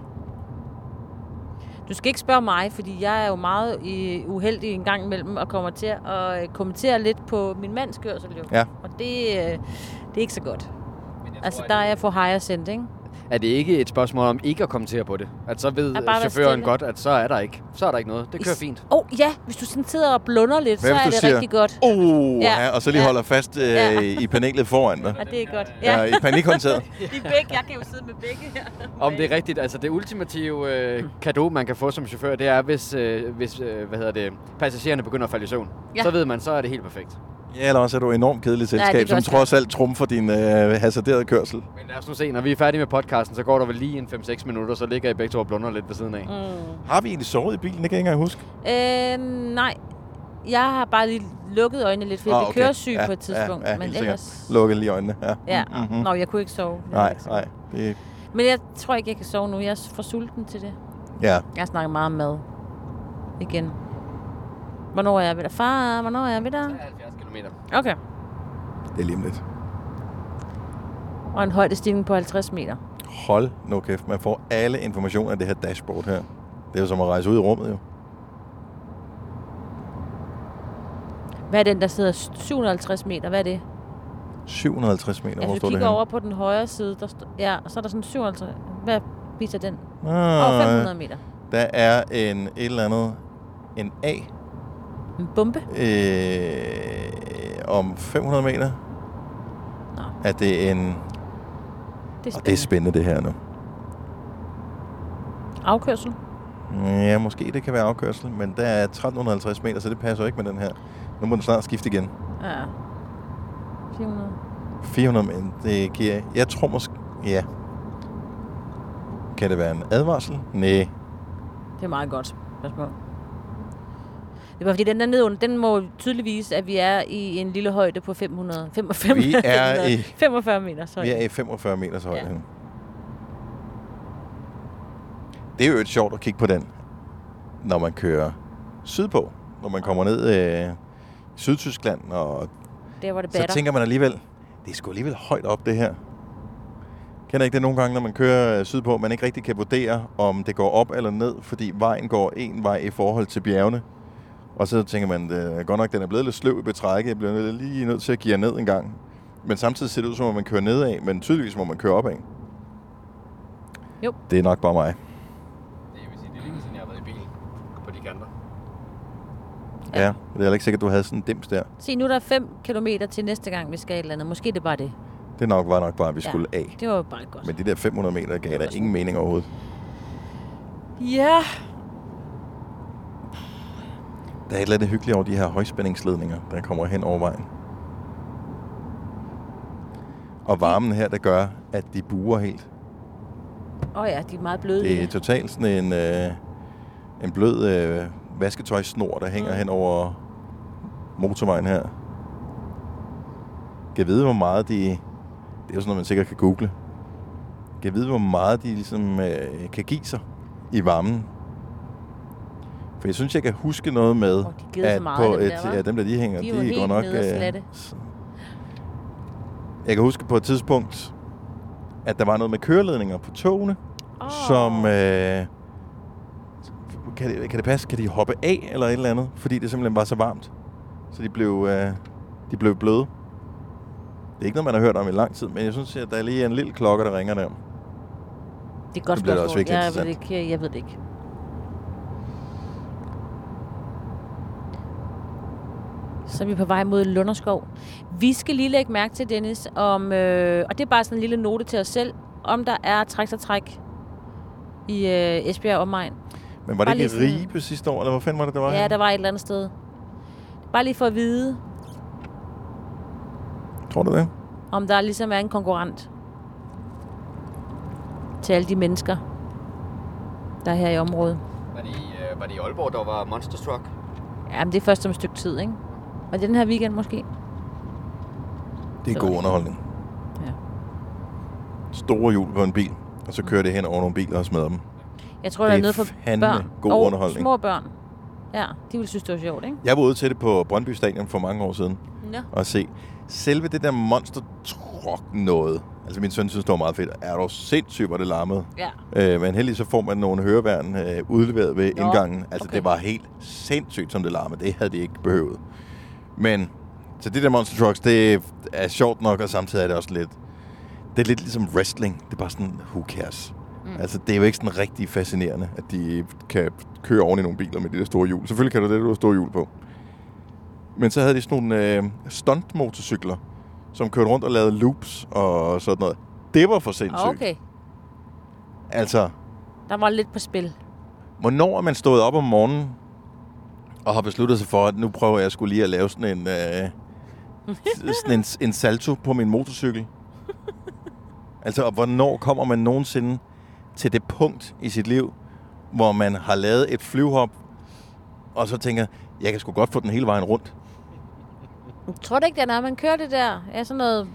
[SPEAKER 2] Du skal ikke spørge mig, fordi jeg er jo meget øh, uheldig en gang imellem og kommer til at øh, kommentere lidt på min mands kørsel. Jo.
[SPEAKER 1] Ja.
[SPEAKER 2] Og det, øh, det er ikke så godt. Altså, der er jeg for higher sendt, ikke?
[SPEAKER 3] Er det ikke et spørgsmål om ikke at kommentere på det? At så ved
[SPEAKER 2] At bare være
[SPEAKER 3] chaufføren
[SPEAKER 2] stille.
[SPEAKER 3] godt, at så er der ikke. Så er der ikke noget. Det kører
[SPEAKER 2] Is-
[SPEAKER 3] fint.
[SPEAKER 2] Åh, oh, ja. Hvis du sådan sidder og blunder lidt,
[SPEAKER 1] Hvad
[SPEAKER 2] så
[SPEAKER 1] hvis
[SPEAKER 2] er
[SPEAKER 1] du
[SPEAKER 2] det
[SPEAKER 1] siger,
[SPEAKER 2] rigtig godt.
[SPEAKER 1] Uh, ja. og så lige
[SPEAKER 2] ja.
[SPEAKER 1] ja. holder fast øh,
[SPEAKER 2] Ja.
[SPEAKER 1] ja. i panelet foran dig.
[SPEAKER 2] Ja, det er godt.
[SPEAKER 1] Ja, i panikhåndtaget.
[SPEAKER 2] <laughs> I begge, jeg kan jo sidde med begge her.
[SPEAKER 3] Om
[SPEAKER 2] Øh.
[SPEAKER 3] det er rigtigt, altså det ultimative
[SPEAKER 2] Mm.
[SPEAKER 3] øh, kado, man kan få som chauffør, det er, hvis, øh, hvis øh, hvad hedder det, passagererne begynder at falde i søvn.
[SPEAKER 2] Ja.
[SPEAKER 3] Så ved man, så er det helt perfekt.
[SPEAKER 1] Ja, eller også er du et enormt kedeligt
[SPEAKER 2] Nej, det
[SPEAKER 1] selskab,
[SPEAKER 2] kan
[SPEAKER 1] som
[SPEAKER 2] også
[SPEAKER 1] trods alt trumfer din øh, hasarderede kørsel.
[SPEAKER 3] Men lad os nu se, når vi er færdige med podcasten, så går der vel lige en 5-6 minutter, så ligger I begge to og blunder lidt ved siden af.
[SPEAKER 2] Mm.
[SPEAKER 1] Har vi egentlig sovet i bilen? Det kan jeg ikke engang huske.
[SPEAKER 2] Øh, nej. Jeg har bare lige lukket øjnene lidt, fordi ah, okay. det kører syg ja, på et tidspunkt.
[SPEAKER 1] Ja, ja,
[SPEAKER 2] men
[SPEAKER 1] helt
[SPEAKER 2] ellers...
[SPEAKER 1] sikkert. Lukket lige øjnene. Ja.
[SPEAKER 2] Ja. Mm-hmm. Nå, jeg kunne ikke sove. Det var
[SPEAKER 1] Nej,
[SPEAKER 2] ikke så-
[SPEAKER 1] nej. Det,
[SPEAKER 2] Men jeg tror ikke, jeg kan sove nu. Jeg er for sulten til det.
[SPEAKER 1] ja.
[SPEAKER 2] Jeg snakker meget om mad. Igen. Hvornår er jeg ved dig? Far, hvornår er jeg ved dig?
[SPEAKER 3] 70 kilometer.
[SPEAKER 2] Okay.
[SPEAKER 1] det er lige om lidt.
[SPEAKER 2] Og en højdestigning på 50 meter.
[SPEAKER 1] Hold nu kæft, man får alle informationer af det her dashboard her. Det er jo som at rejse ud i rummet jo.
[SPEAKER 2] Hvad er den, der sidder 750 meter? Hvad er det?
[SPEAKER 1] 750 meter, hvor
[SPEAKER 2] altså,
[SPEAKER 1] står
[SPEAKER 2] du
[SPEAKER 1] det
[SPEAKER 2] kigger
[SPEAKER 1] her?
[SPEAKER 2] over på den højre side, der stå, ja, og så er der sådan 57. Hvad viser den?
[SPEAKER 1] Ah,
[SPEAKER 2] over 500 meter.
[SPEAKER 1] Der er en et eller andet, en A.
[SPEAKER 2] En bombe?
[SPEAKER 1] Øh, om 500 meter. Nå. Er det en...
[SPEAKER 2] Det er
[SPEAKER 1] Og det er spændende, det her nu.
[SPEAKER 2] Afkørsel?
[SPEAKER 1] Ja, måske det kan være afkørsel, men der er 1350 meter, så det passer jo ikke med den her. Nu må den snart skifte igen.
[SPEAKER 2] Ja. 400.
[SPEAKER 1] 400 meter, det giver... Jeg tror måske... Ja. Kan det være en advarsel? Nej.
[SPEAKER 2] Det er meget godt. Pas på. Det er bare fordi, den der nedunder, den må jo tydeligt vise, at vi er i en lille højde på 500, 55,
[SPEAKER 1] Vi er i-
[SPEAKER 2] 45 meter. Sorry.
[SPEAKER 1] Vi er i 45 meters højde. Ja. Det er jo et sjovt at kigge på den, når man kører sydpå. Når man kommer ned øh, i Sydtyskland, og
[SPEAKER 2] Der, hvor det
[SPEAKER 1] så
[SPEAKER 2] batter.
[SPEAKER 1] tænker man alligevel, det er sgu alligevel højt op, det her. Kender ikke det nogle gange, når man kører øh, sydpå, man ikke rigtig kan vurdere, om det går op eller ned, fordi vejen går en vej i forhold til bjergene. Og så tænker man, det er godt nok, den er blevet lidt sløv i betrækket, jeg bliver lige nødt til at give ned en gang. Men samtidig ser det ud som om, man kører nedad, men tydeligvis må man køre opad.
[SPEAKER 2] Jo.
[SPEAKER 1] Det er nok bare mig.
[SPEAKER 3] Det er længe siden, jeg har været i bil på de kanter.
[SPEAKER 1] Ja. ja. Det er heller ikke sikkert, at du havde sådan en dims der.
[SPEAKER 2] Se, nu er der 5 km til næste gang, vi skal et eller andet. Måske er det bare det.
[SPEAKER 1] Det nok var nok bare, at vi
[SPEAKER 2] Ja,
[SPEAKER 1] ja. skulle af.
[SPEAKER 2] det var jo bare godt.
[SPEAKER 1] Men de der 500 meter gav der ingen mening overhovedet.
[SPEAKER 2] Ja.
[SPEAKER 1] Der er et eller andet hyggeligt over de her højspændingsledninger, der kommer hen over vejen. Og varmen her, der gør, at de buer helt.
[SPEAKER 2] Åh oh ja, de er meget bløde.
[SPEAKER 1] Det er
[SPEAKER 2] Det...
[SPEAKER 1] totalt sådan en, øh, en blød øh, vasketøjsnor, der hænger hen over motorvejen her. Kan vide, hvor meget de... Det er jo sådan noget, man sikkert kan google. Kan vide, hvor meget de ligesom, øh, kan give sig i varmen. For jeg synes, jeg kan huske noget med, oh,
[SPEAKER 2] giver så meget,
[SPEAKER 1] på
[SPEAKER 2] dem der, hva'?
[SPEAKER 1] ja, dem der de hænger,
[SPEAKER 2] De
[SPEAKER 1] de,
[SPEAKER 2] er jo helt
[SPEAKER 1] går nok...
[SPEAKER 2] nede og slatte.
[SPEAKER 1] s- jeg kan huske på et tidspunkt, at der var noget med køreledninger på togene, oh. som... Øh, kan, det, kan det passe? Kan de hoppe af eller et eller andet? Fordi det simpelthen var så varmt. Så de blev, øh, de blev bløde. Det er ikke noget, man har hørt om i lang tid, men jeg synes, at der lige er en lille klokke, der ringer der.
[SPEAKER 2] det er et godt
[SPEAKER 1] det bliver da
[SPEAKER 2] spørgsmål.
[SPEAKER 1] også virkelig
[SPEAKER 2] jeg, ved
[SPEAKER 1] interessant.
[SPEAKER 2] ikke, jeg ved det ikke. Så er vi på vej mod Lunderskov. Vi skal lige lægge mærke til, Dennis, om, øh, og det er bare sådan en lille note til os selv, om der er træk-træk i øh, Esbjerg omegn.
[SPEAKER 1] Men var
[SPEAKER 2] Bare
[SPEAKER 1] det ikke
[SPEAKER 2] lige
[SPEAKER 1] i
[SPEAKER 2] sådan-
[SPEAKER 1] Ribe sidste år, eller hvor fanden var det, der var?
[SPEAKER 2] Ja,
[SPEAKER 1] henne?
[SPEAKER 2] der var et eller andet sted. Bare lige for at vide,
[SPEAKER 1] Tror du det?
[SPEAKER 2] om der ligesom er en konkurrent til alle de mennesker, der er her i området.
[SPEAKER 3] Var det, i, øh, var det i Aalborg, der var Monster Truck?
[SPEAKER 2] Jamen, det er først om et stykke tid, ikke? Og det er den her weekend måske.
[SPEAKER 1] Det er god underholdning.
[SPEAKER 2] Ja. Mm.
[SPEAKER 1] Store hjul på en bil, og så kører det hen over nogle biler og smadrer dem.
[SPEAKER 2] Jeg tror,
[SPEAKER 1] Det
[SPEAKER 2] der er
[SPEAKER 1] er
[SPEAKER 2] noget for
[SPEAKER 1] fandme
[SPEAKER 2] børn
[SPEAKER 1] god
[SPEAKER 2] og
[SPEAKER 1] underholdning.
[SPEAKER 2] små børn. Ja, de vil synes, det var sjovt, ikke?
[SPEAKER 1] Jeg var ude til det på Brøndby Stadion for mange år siden.
[SPEAKER 2] Nå.
[SPEAKER 1] Og se, selve det der monster truck noget. Altså min søn synes, det var meget fedt. Er du sindssygt, hvor det larmede.
[SPEAKER 2] Ja.
[SPEAKER 1] Øh, men heldigvis så får man nogle høreværn øh, udleveret ved
[SPEAKER 2] Nå,
[SPEAKER 1] indgangen. Altså
[SPEAKER 2] okay.
[SPEAKER 1] det var helt sindssygt, som det larmede. Det havde de ikke behøvet. Men så det der monster trucks, det er sjovt nok, og samtidig er det også lidt... Det er lidt ligesom wrestling. Det er bare sådan, who cares? Mm. Altså, det er jo ikke sådan rigtig fascinerende, at de kan køre oven i nogle biler med de der store hjul. Selvfølgelig kan du det, du har store hjul på. Men så havde de sådan nogle øh, stuntmotorcykler, som kørte rundt og lavede loops og sådan noget. Det var for sindssygt.
[SPEAKER 2] Okay,
[SPEAKER 1] Altså,
[SPEAKER 2] der var lidt på spil.
[SPEAKER 1] hvornår er man stået op om morgenen og har besluttet sig for, at nu prøver jeg skulle lige at lave sådan en, øh,
[SPEAKER 2] <laughs>
[SPEAKER 1] sådan en, en salto på min motorcykel? Altså, og hvornår kommer man nogensinde til det punkt i sit liv, hvor man har lavet et flyvehop, og så tænker, jeg kan sgu godt få den hele vejen rundt.
[SPEAKER 2] Jeg tror du ikke, det er, når man kører det der? Ja, sådan noget...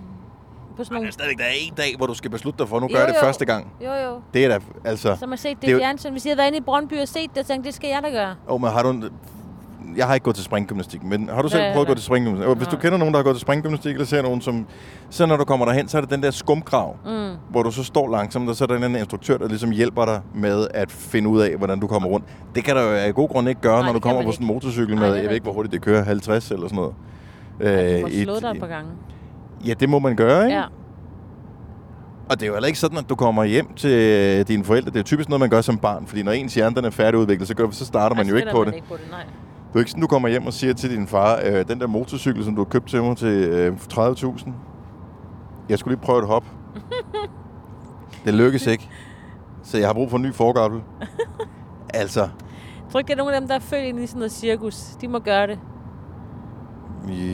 [SPEAKER 2] På sådan nogle...
[SPEAKER 1] Stadigvæk, altså, der er en dag, hvor du skal beslutte dig for, at nu
[SPEAKER 2] Jo,
[SPEAKER 1] gør jeg det
[SPEAKER 2] jo.
[SPEAKER 1] første gang.
[SPEAKER 2] Jo, jo.
[SPEAKER 1] Det er da, altså...
[SPEAKER 2] Som har set det,
[SPEAKER 1] er jo-
[SPEAKER 2] det fjernsyn. Hvis jeg havde været inde i Brøndby og set det, tænkte det skal jeg da gøre.
[SPEAKER 1] Åh, oh, men har du... en- Jeg har ikke gået til springgymnastik, men har du selv
[SPEAKER 2] Nej,
[SPEAKER 1] nej, prøvet at
[SPEAKER 2] nej.
[SPEAKER 1] gå til springgymnastik? Og Hvis du
[SPEAKER 2] Nej.
[SPEAKER 1] kender nogen, der har gået til springgymnastik, eller ser nogen, som... Så når du kommer derhen, så er det den der skumkrav,
[SPEAKER 2] Mm.
[SPEAKER 1] hvor du så står langsomt, og så er der en eller anden instruktør, der ligesom hjælper dig med at finde ud af, hvordan du kommer rundt. Det kan der jo af god grund ikke gøre, når du
[SPEAKER 2] det kan
[SPEAKER 1] kommer
[SPEAKER 2] man
[SPEAKER 1] på sådan en
[SPEAKER 2] ikke.
[SPEAKER 1] motorcykel
[SPEAKER 2] Nej,
[SPEAKER 1] med,
[SPEAKER 2] det er
[SPEAKER 1] jeg ved ikke, hvor hurtigt det kører, 50 eller sådan noget.
[SPEAKER 2] Du
[SPEAKER 1] Øh,
[SPEAKER 2] må
[SPEAKER 1] i et-
[SPEAKER 2] slå dig et par gange.
[SPEAKER 1] Ja, det må man gøre, ikke?
[SPEAKER 2] Ja.
[SPEAKER 1] Og det er jo heller ikke sådan, at du kommer hjem til øh, dine forældre. Det er jo typisk noget, man gør som barn, fordi når ens hjerne den er færdigudviklet, så, gør, så starter man jo ikke på det.
[SPEAKER 2] Ikke på det nej.
[SPEAKER 1] Det er jo ikke sådan, du kommer hjem og siger til din far, øh, den der motorcykel, som du har købt til mig til øh, 30.000, jeg skulle lige prøve et hop.
[SPEAKER 2] <laughs>
[SPEAKER 1] det lykkes ikke, så jeg har brug for en ny
[SPEAKER 2] <laughs>
[SPEAKER 1] forgavl. altså,
[SPEAKER 2] Jeg tror ikke, det er nogen af dem, der er født ind i sådan noget cirkus. De må gøre det.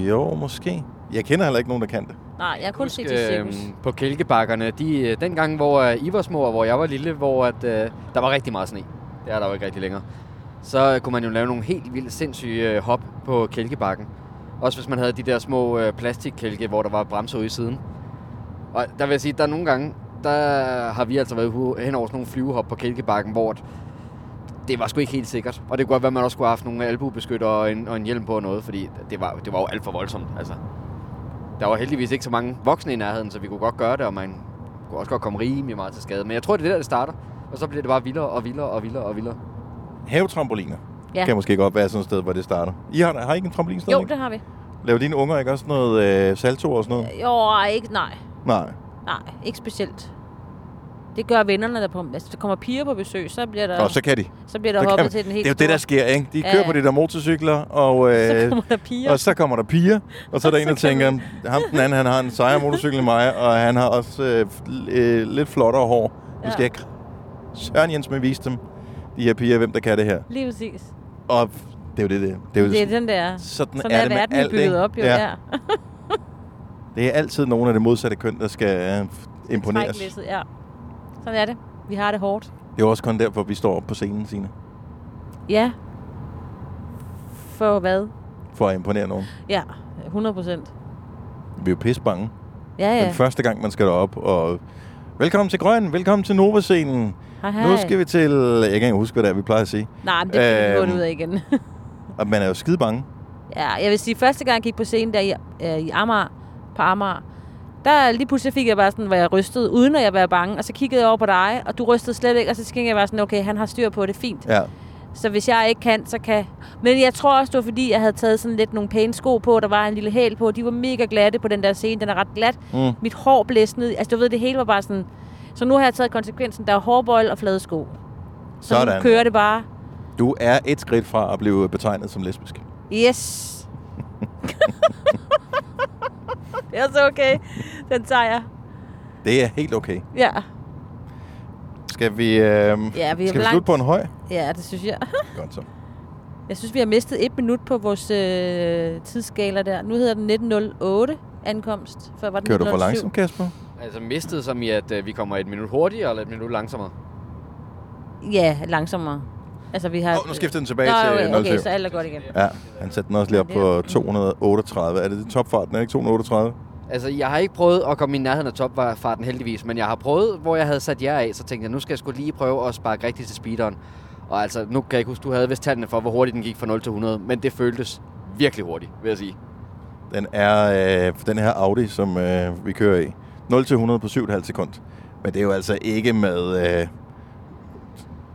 [SPEAKER 1] jo, måske. Jeg kender heller ikke nogen, der kan det.
[SPEAKER 2] Nej, jeg har kun set det
[SPEAKER 3] Øhm,
[SPEAKER 2] cirkus.
[SPEAKER 3] på Kælkebakkerne, de, øh, dengang, hvor øh, I var små, og hvor jeg var lille, hvor at, øh, der var rigtig meget sne. Det er der jo ikke rigtig længere. Så øh, kunne man jo lave nogle helt vildt sindssyge øh, hop på Kælkebakken. Også hvis man havde de der små øh, plastikkælke, hvor der var bremser ude i siden. Og der vil jeg sige, der er nogle gange, der har vi altså været hu- hen over sådan nogle flyvehop på Kælkebakken, hvor at det var sgu ikke helt sikkert. Og det kunne godt være, at man også skulle have haft nogle albuebeskytter og en, og en hjelm på og noget, fordi det var, det var jo alt for voldsomt. Altså, der var heldigvis ikke så mange voksne i nærheden, så vi kunne godt gøre det, og man kunne også godt komme rimelig meget til skade. Men jeg tror, det er der, det starter. Og så bliver det bare vildere og vildere og vildere og vildere.
[SPEAKER 1] Havetrampoliner
[SPEAKER 2] Ja.
[SPEAKER 1] ja. kan måske godt være sådan et sted, hvor det starter. I har, har I ikke en trampolin stadig?
[SPEAKER 2] Jo, det har vi.
[SPEAKER 1] Laver dine unger ikke også noget øh, salto og sådan noget?
[SPEAKER 2] Jo, ej, ikke, nej.
[SPEAKER 1] Nej.
[SPEAKER 2] Nej, ikke specielt. Det gør vennerne, der, på, altså, der kommer piger på besøg, så bliver der...
[SPEAKER 1] Nå, så kan de.
[SPEAKER 2] Så bliver der
[SPEAKER 1] Så kan
[SPEAKER 2] hoppet
[SPEAKER 1] man-
[SPEAKER 2] til den helt
[SPEAKER 1] Det er jo det, der
[SPEAKER 2] store. <laughs>
[SPEAKER 1] sker, ikke? De
[SPEAKER 2] Ja,
[SPEAKER 1] kører
[SPEAKER 2] ja.
[SPEAKER 1] på de der motorcykler, og, øh,
[SPEAKER 2] Så kommer der piger.
[SPEAKER 1] og så kommer der piger, og så er der en, der tænker, ham den anden, han har en sejere motorcykel end mig, og han har også øh, l- øh, lidt flottere hår. Nu
[SPEAKER 2] Ja.
[SPEAKER 1] skal jeg kr- Søren Jens med vise dem, de her piger, hvem der kan det her.
[SPEAKER 2] Lige præcis.
[SPEAKER 1] Og det er jo det, det, det er. Jo
[SPEAKER 2] Det er
[SPEAKER 1] sådan-
[SPEAKER 2] den der...
[SPEAKER 1] Sådan,
[SPEAKER 2] sådan
[SPEAKER 1] er,
[SPEAKER 2] er,
[SPEAKER 1] det med
[SPEAKER 2] verden
[SPEAKER 1] alt,
[SPEAKER 2] bygget
[SPEAKER 1] ikke?
[SPEAKER 2] op, jo. Ja.
[SPEAKER 1] <laughs>
[SPEAKER 2] ja.
[SPEAKER 1] Det er altid nogen af det modsatte køn, der skal øh, imponeres.
[SPEAKER 2] Træklæsset, ja. Sådan er det. Vi har det hårdt.
[SPEAKER 1] Det er jo også kun derfor, vi står oppe på scenen, Signe.
[SPEAKER 2] Ja. For hvad?
[SPEAKER 1] For at imponere nogen.
[SPEAKER 2] Ja, 100 procent.
[SPEAKER 1] Vi er jo pisse bange.
[SPEAKER 2] Ja, ja.
[SPEAKER 1] Den første gang, man skal derop. Og velkommen til Grøn, velkommen til Nova-scenen.
[SPEAKER 2] Hej, hej.
[SPEAKER 1] Nu skal vi til... Jeg kan ikke engang huske, hvad det er, vi plejer at sige.
[SPEAKER 2] Nej, men det kan vi
[SPEAKER 1] Øhm,
[SPEAKER 2] godt ud af igen.
[SPEAKER 1] Og man er jo skide bange.
[SPEAKER 2] Ja, jeg vil sige, første gang jeg gik på scenen der i, øh, i Amager, på Amager, der lige pludselig fik jeg bare sådan, hvor jeg rystede, uden at jeg var bange. Og så kiggede jeg over på dig, og du rystede slet ikke, og så tænkte jeg bare sådan, okay, han har styr på det, fint.
[SPEAKER 1] Ja.
[SPEAKER 2] Så hvis jeg ikke kan, så kan... Men jeg tror også, det var fordi, jeg havde taget sådan lidt nogle pæne sko på, der var en lille hæl på, de var mega glatte på den der scene, den er ret glat.
[SPEAKER 1] Mm.
[SPEAKER 2] Mit hår blæste ned, altså du ved, det hele var bare sådan... Så nu har jeg taget konsekvensen, der er hårbøjle og flade sko. Så
[SPEAKER 1] Sådan.
[SPEAKER 2] nu kører det bare.
[SPEAKER 1] Du er et skridt fra at blive betegnet som lesbisk.
[SPEAKER 2] Yes. <laughs> det er så okay. Den tager jeg.
[SPEAKER 1] Det er helt okay.
[SPEAKER 2] Ja,
[SPEAKER 1] Skal vi, øh, ja, vi
[SPEAKER 2] ja
[SPEAKER 1] skal
[SPEAKER 2] vi
[SPEAKER 1] vi
[SPEAKER 2] er
[SPEAKER 1] slutte
[SPEAKER 2] langt.
[SPEAKER 1] på en høj?
[SPEAKER 2] Ja, det synes jeg.
[SPEAKER 1] Godt så.
[SPEAKER 2] Jeg synes, vi har mistet et minut på vores øh, tidsskala der. Nu hedder den 1908 ankomst. Før var den
[SPEAKER 1] Kører du for
[SPEAKER 2] 1907.
[SPEAKER 1] langsomt, Kasper?
[SPEAKER 3] Altså mistet som i, at øh, vi kommer et minut hurtigere eller et minut langsommere.
[SPEAKER 2] Ja, langsommere. Altså, vi har...
[SPEAKER 1] Åh, nu skifter den tilbage
[SPEAKER 2] Nå,
[SPEAKER 1] til Mm.
[SPEAKER 2] okay, okay,
[SPEAKER 1] 07.
[SPEAKER 2] så alt er godt igen.
[SPEAKER 1] Ja, han satte den også lige op på 238. Er det det topfarten? Er det ikke 238?
[SPEAKER 3] Altså, jeg har ikke prøvet at komme i nærheden af topfarten heldigvis, men jeg har prøvet, hvor jeg havde sat jer af, så tænkte jeg, nu skal jeg skulle lige prøve at sparke rigtigt til speederen. Og altså, nu kan jeg ikke huske, du havde vist tallene for, hvor hurtigt den gik fra 0 til 100, men det føltes virkelig hurtigt, vil jeg sige.
[SPEAKER 1] Den er øh, den her Audi, som øh, vi kører i. 0-100 på 7,5 sekund. Men det er jo altså ikke med øh,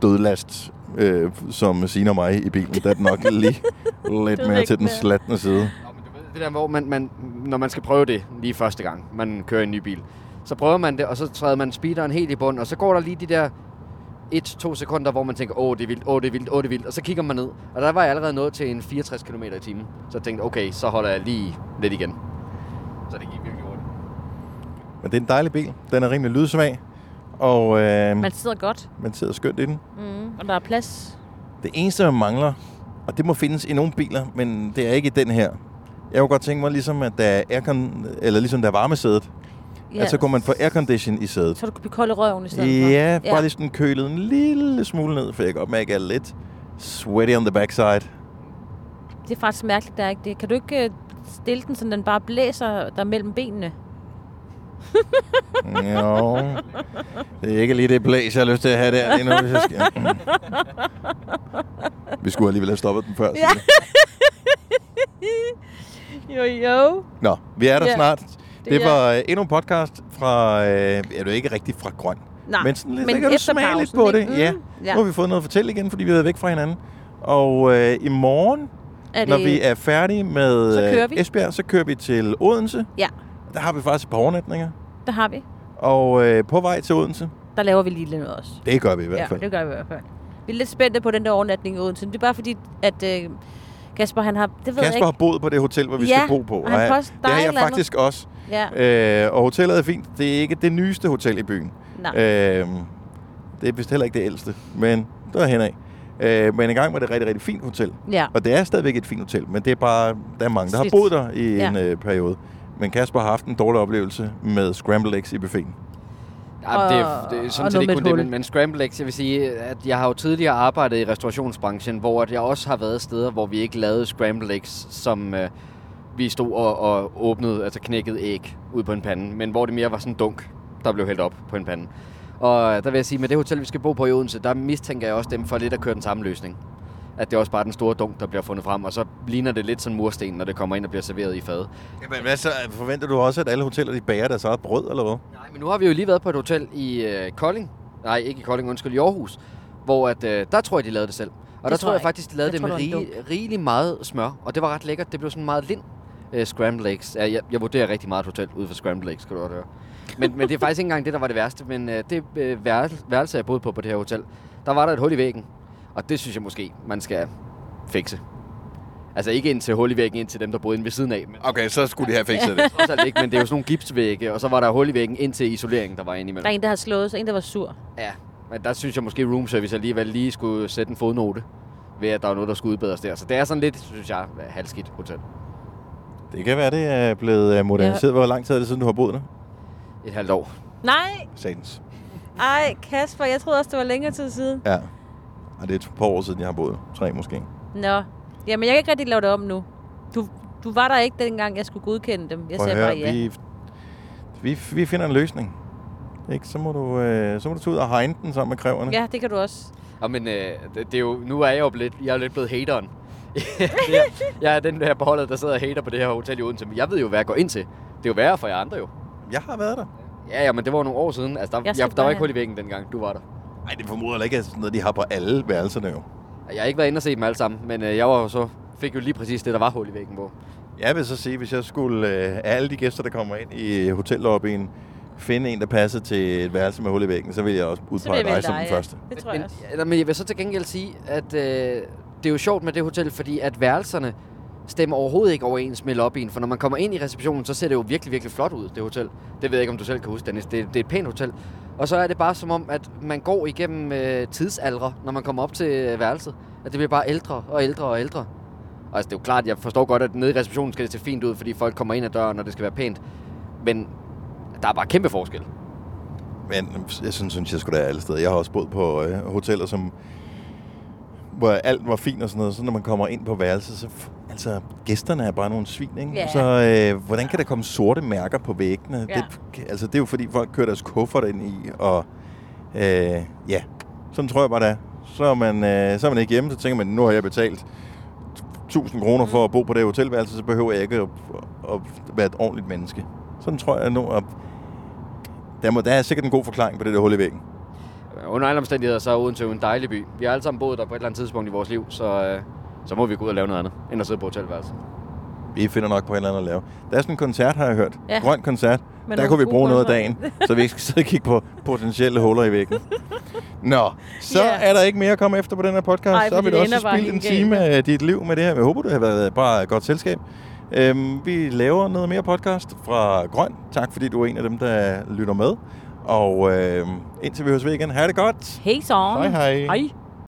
[SPEAKER 1] dødlast, øh, som Signe og mig i bilen. Der er den <laughs> nok lige lidt mere til den slatne side.
[SPEAKER 3] Det der, hvor man, man, når man skal prøve det lige første gang, man kører i en ny bil, så prøver man det, og så træder man speederen helt i bund, og så går der lige de der 1-2 sekunder, hvor man tænker, åh, det er vildt, åh, det er vildt, åh, det er vildt, og så kigger man ned, og der var jeg allerede nået til en 64 km i timen, så jeg tænkte, okay, så holder jeg lige lidt igen. Så det gik virkelig hurtigt.
[SPEAKER 1] Men det er en dejlig bil. Den er rimelig lydsvag. Og øh,
[SPEAKER 2] Man sidder godt.
[SPEAKER 1] man sidder skønt i den.
[SPEAKER 2] Mm, og der er plads.
[SPEAKER 1] Det eneste, man mangler, og det må findes i nogle biler, men det er ikke i den her. Jeg kunne godt tænke mig, ligesom at der er, aircon, eller ligesom der er varmesædet,
[SPEAKER 2] Ja.
[SPEAKER 1] ja. at så går man på aircondition i sædet.
[SPEAKER 2] Så du kan blive kold i røven i stedet
[SPEAKER 1] Ja,
[SPEAKER 2] for.
[SPEAKER 1] bare lige sådan kølet en lille smule ned, for jeg kan godt mærke, at jeg er lidt sweaty on the backside.
[SPEAKER 2] Det er faktisk mærkeligt, der er ikke det. Kan du ikke øh, stille den, så den bare blæser der mellem benene?
[SPEAKER 1] Jo. Det er ikke lige det blæs, jeg har lyst til at have der lige nu, hvis jeg skal. Mm. Vi skulle alligevel have stoppet den før.
[SPEAKER 2] Ja.
[SPEAKER 1] Signe.
[SPEAKER 2] jo, jo.
[SPEAKER 1] Nå, vi er der
[SPEAKER 2] Ja,
[SPEAKER 1] snart.
[SPEAKER 2] det
[SPEAKER 1] Det, det
[SPEAKER 2] er-
[SPEAKER 1] var øh, endnu en podcast fra, øh, er du ikke rigtig fra Grøn?
[SPEAKER 2] Nej,
[SPEAKER 1] men sådan lidt,
[SPEAKER 2] men
[SPEAKER 1] men kan du
[SPEAKER 2] efter
[SPEAKER 1] smage lidt
[SPEAKER 2] pausen,
[SPEAKER 1] på det.
[SPEAKER 2] ikke?
[SPEAKER 1] Mm, ja.
[SPEAKER 2] Mm, ja.
[SPEAKER 1] ja. Nu har vi fået noget at fortælle igen, fordi vi er væk fra hinanden. Og øh, i morgen,
[SPEAKER 2] Er
[SPEAKER 1] det... når
[SPEAKER 2] det-
[SPEAKER 1] vi er færdige med
[SPEAKER 2] Så kører vi.
[SPEAKER 1] øh, Esbjerg, så kører vi til Odense.
[SPEAKER 2] Ja,
[SPEAKER 1] Der har vi faktisk et par overnatninger.
[SPEAKER 2] der har vi.
[SPEAKER 1] Og øh, på vej til Odense,
[SPEAKER 2] Der laver vi lige lidt noget også.
[SPEAKER 1] det gør vi i hvert fald.
[SPEAKER 2] Ja, det gør vi i hvert fald. Vi er lidt spændte på den der overnatning i Odense. Det er bare fordi, at øh, Kasper, han har... Det ved jeg
[SPEAKER 1] Kasper
[SPEAKER 2] ikke.
[SPEAKER 1] har boet på det hotel, hvor vi
[SPEAKER 2] Ja,
[SPEAKER 1] skal bo på.
[SPEAKER 2] og han
[SPEAKER 1] jeg-
[SPEAKER 2] koster
[SPEAKER 1] det
[SPEAKER 2] dig
[SPEAKER 1] har
[SPEAKER 2] et
[SPEAKER 1] jeg
[SPEAKER 2] eller andet.
[SPEAKER 1] faktisk også.
[SPEAKER 2] Ja.
[SPEAKER 1] Øh, og hotellet er fint. Det er ikke det nyeste hotel i byen.
[SPEAKER 2] Nej.
[SPEAKER 1] Øh, det er vist heller ikke det ældste, men der er henad. Øh, men engang var det et rigtig, rigtig fint hotel.
[SPEAKER 2] Ja.
[SPEAKER 1] Og det er stadigvæk et fint hotel, men det er bare, der er mange, der har
[SPEAKER 2] Slidt.
[SPEAKER 1] boet der i
[SPEAKER 2] Ja.
[SPEAKER 1] en øh, periode. Men Kasper har haft en dårlig oplevelse med scrambled eggs i buffeten.
[SPEAKER 3] Ja, det, er,
[SPEAKER 2] Og-
[SPEAKER 3] det er sådan
[SPEAKER 2] og
[SPEAKER 3] set
[SPEAKER 2] noget
[SPEAKER 3] ikke
[SPEAKER 2] med
[SPEAKER 3] kun
[SPEAKER 2] et
[SPEAKER 3] det,
[SPEAKER 2] hul.
[SPEAKER 3] men, men scramble eggs, jeg vil sige, at jeg har jo tidligere arbejdet i restaurationsbranchen, hvor at jeg også har været steder, hvor vi ikke lavede scramble eggs, som øh, vi stod og, og åbnede, altså knækkede æg ud på en pande, men hvor det mere var sådan en dunk, der blev hældt op på en pande. Og der vil jeg sige, med det hotel, vi skal bo på i Odense, der mistænker jeg også dem for lidt at køre den samme løsning. At det er også bare den store dunk, der bliver fundet frem, og så ligner det lidt sådan mursten, når det kommer ind og bliver serveret i fadet.
[SPEAKER 1] Jamen hvad så? Forventer du også, at alle hoteller de bager deres eget brød, eller hvad?
[SPEAKER 3] Nej, men nu har vi jo lige været på et hotel i øh, Kolding. Nej, ikke i Kolding, undskyld, i Aarhus. Hvor at, øh, der tror jeg, de lavede det selv. Og
[SPEAKER 2] Det
[SPEAKER 3] der
[SPEAKER 2] tror
[SPEAKER 3] tror jeg,
[SPEAKER 2] jeg
[SPEAKER 3] faktisk, de lavede
[SPEAKER 2] ikke.
[SPEAKER 3] det
[SPEAKER 2] Jeg
[SPEAKER 3] med
[SPEAKER 2] tror, det var en
[SPEAKER 3] rig, rigelig meget smør. Og det var ret lækkert. Det blev sådan meget lind øh, scramble eggs. Ja, jeg, jeg vurderer rigtig meget et hotel ud fra scramble eggs, skal du godt høre. Men, men det er faktisk ikke engang det, der var det værste. Men øh, det øh, værel- værelse, jeg boede på på det her hotel, der var der et hul i væggen. Og det synes jeg måske, man skal fikse. Altså ikke ind til hul i væggen, ind til dem, der boede inde ved siden af. Men
[SPEAKER 1] okay, så skulle de have
[SPEAKER 2] fikset
[SPEAKER 3] <laughs>
[SPEAKER 2] det.
[SPEAKER 3] Trods alt ikke, men det er jo sådan nogle gipsvægge, og så var der hul i væggen ind til isoleringen, der var inde
[SPEAKER 2] Der er
[SPEAKER 3] imellem.
[SPEAKER 2] en, der har slået, så en, der var sur.
[SPEAKER 3] Ja, men der synes jeg måske, room service alligevel lige skulle sætte en fodnote ved, at der var noget, der skulle udbedres der. Så det er sådan lidt, synes jeg, halvskidt hotel.
[SPEAKER 1] Det kan være, det er blevet øh, moderniseret. Ja. Hvor lang tid er det siden, du har boet der?
[SPEAKER 3] Et halvt år.
[SPEAKER 2] Nej,
[SPEAKER 1] Satans.
[SPEAKER 2] ej, Kasper, jeg troede også, det var længere tid siden.
[SPEAKER 1] Ja. Og det er et par år siden, jeg har boet der. Tre måske.
[SPEAKER 2] Nå, jamen jeg kan ikke rigtig lave det om nu. Du, du var der ikke dengang, jeg skulle godkende dem. Jeg
[SPEAKER 1] Prøv at
[SPEAKER 2] sagde
[SPEAKER 1] høre,
[SPEAKER 2] bare ja.
[SPEAKER 1] vi, vi, vi finder en løsning. Ikke? Så, må du, øh, så må du tage ud og hegne den sammen med kræverne.
[SPEAKER 2] Ja, det kan du også.
[SPEAKER 3] Og men øh, det, det er jo, nu er jeg jo lidt, jeg er jo lidt blevet hateren. <laughs> jeg, jeg er den her beholder, der sidder og hater på det her hotel i Odense. Men jeg ved jo, hvad jeg går ind til. Det er jo værre for jer andre jo.
[SPEAKER 1] Jeg har været der.
[SPEAKER 3] Ja, ja, men det var jo nogle år siden. Altså, der,
[SPEAKER 1] Jeg
[SPEAKER 3] jeg
[SPEAKER 1] skal
[SPEAKER 3] jeg, der var
[SPEAKER 1] bare
[SPEAKER 3] ikke hul i væggen dengang, du var der.
[SPEAKER 1] Nej, det formoder heller ikke er sådan noget, de har på alle værelserne jo.
[SPEAKER 3] Jeg har ikke været inde og set dem alle sammen, men øh, jeg var jo så, fik jo lige præcis det, der var hul i væggen på.
[SPEAKER 1] Jeg vil så sige, hvis jeg skulle øh, af alle de gæster, der kommer ind i hotellobbyen, finde en, der passer til et værelse med hul i væggen, så vil jeg også udpege dig som den første.
[SPEAKER 2] Det tror
[SPEAKER 3] men, jeg også. Men jeg vil så til gengæld sige, at øh, det er jo sjovt med det hotel, fordi at værelserne stemmer overhovedet ikke overens med lobbyen. For når man kommer ind i receptionen, så ser det jo virkelig, virkelig flot ud, det hotel. Det ved jeg ikke, om du selv kan huske, Dennis. Det, det er et pænt hotel. Og så er det bare som om, at man går igennem øh, tidsalre, når man kommer op til øh, værelset. At det bliver bare ældre og ældre og ældre. Og altså, det er jo klart, jeg forstår godt, at nede i receptionen skal det se fint ud, fordi folk kommer ind ad døren, og det skal være pænt. Men der er bare kæmpe forskel.
[SPEAKER 1] Men jeg synes, synes jeg skulle da alle steder. Jeg har også boet på øh, hoteller, som, hvor alt var fint og sådan noget. Så når man kommer ind på værelset, så f- altså, gæsterne er bare nogle svin, ikke?
[SPEAKER 2] Ja.
[SPEAKER 1] Så øh, hvordan kan der komme sorte mærker på væggene?
[SPEAKER 2] Ja.
[SPEAKER 1] Det, altså, det er jo fordi, folk kører deres kuffert ind i, og øh, ja, sådan tror jeg bare, det er. Så er, man, øh, så er man ikke hjemme, så tænker man, nu har jeg betalt 1000 kroner for at bo på det hotelværelse, så behøver jeg ikke at, at være et ordentligt menneske. Sådan tror jeg nu, at der, må, der er sikkert en god forklaring på det der hul i væggen.
[SPEAKER 3] Øh, Under alle omstændigheder, så er Odense jo en dejlig by. Vi har alle sammen boet der på et eller andet tidspunkt i vores liv, så, øh, så må vi gå ud og lave noget andet, end at sidde på hotelværelset.
[SPEAKER 1] Vi finder nok på et eller andet at lave. Der er sådan en koncert, har jeg hørt.
[SPEAKER 3] Ja.
[SPEAKER 1] Ja. Grøn koncert.
[SPEAKER 3] Med
[SPEAKER 1] Men der
[SPEAKER 3] nogle
[SPEAKER 1] kunne vi
[SPEAKER 3] gode
[SPEAKER 1] bruge noget af
[SPEAKER 3] kunstnere.
[SPEAKER 1] dagen, så vi ikke skal sidde og kigge på potentielle huller i
[SPEAKER 2] <laughs>
[SPEAKER 1] væggen. Nå, så yeah. er der ikke mere at komme efter på den her podcast.
[SPEAKER 2] Ej,
[SPEAKER 1] så har
[SPEAKER 2] fordi
[SPEAKER 1] vi da
[SPEAKER 2] det
[SPEAKER 1] også
[SPEAKER 2] ender bare
[SPEAKER 1] spildt en
[SPEAKER 2] helt galt,
[SPEAKER 1] time af dit liv med det her. Jeg håber, du har været bare et godt selskab. Øhm, vi laver noget mere podcast fra Grøn. Tak, fordi du er en af dem, der lytter med. Og øhm, indtil vi høres ved igen. Ha' det godt.
[SPEAKER 2] Hej så.
[SPEAKER 1] Hej, hej.
[SPEAKER 2] Hej.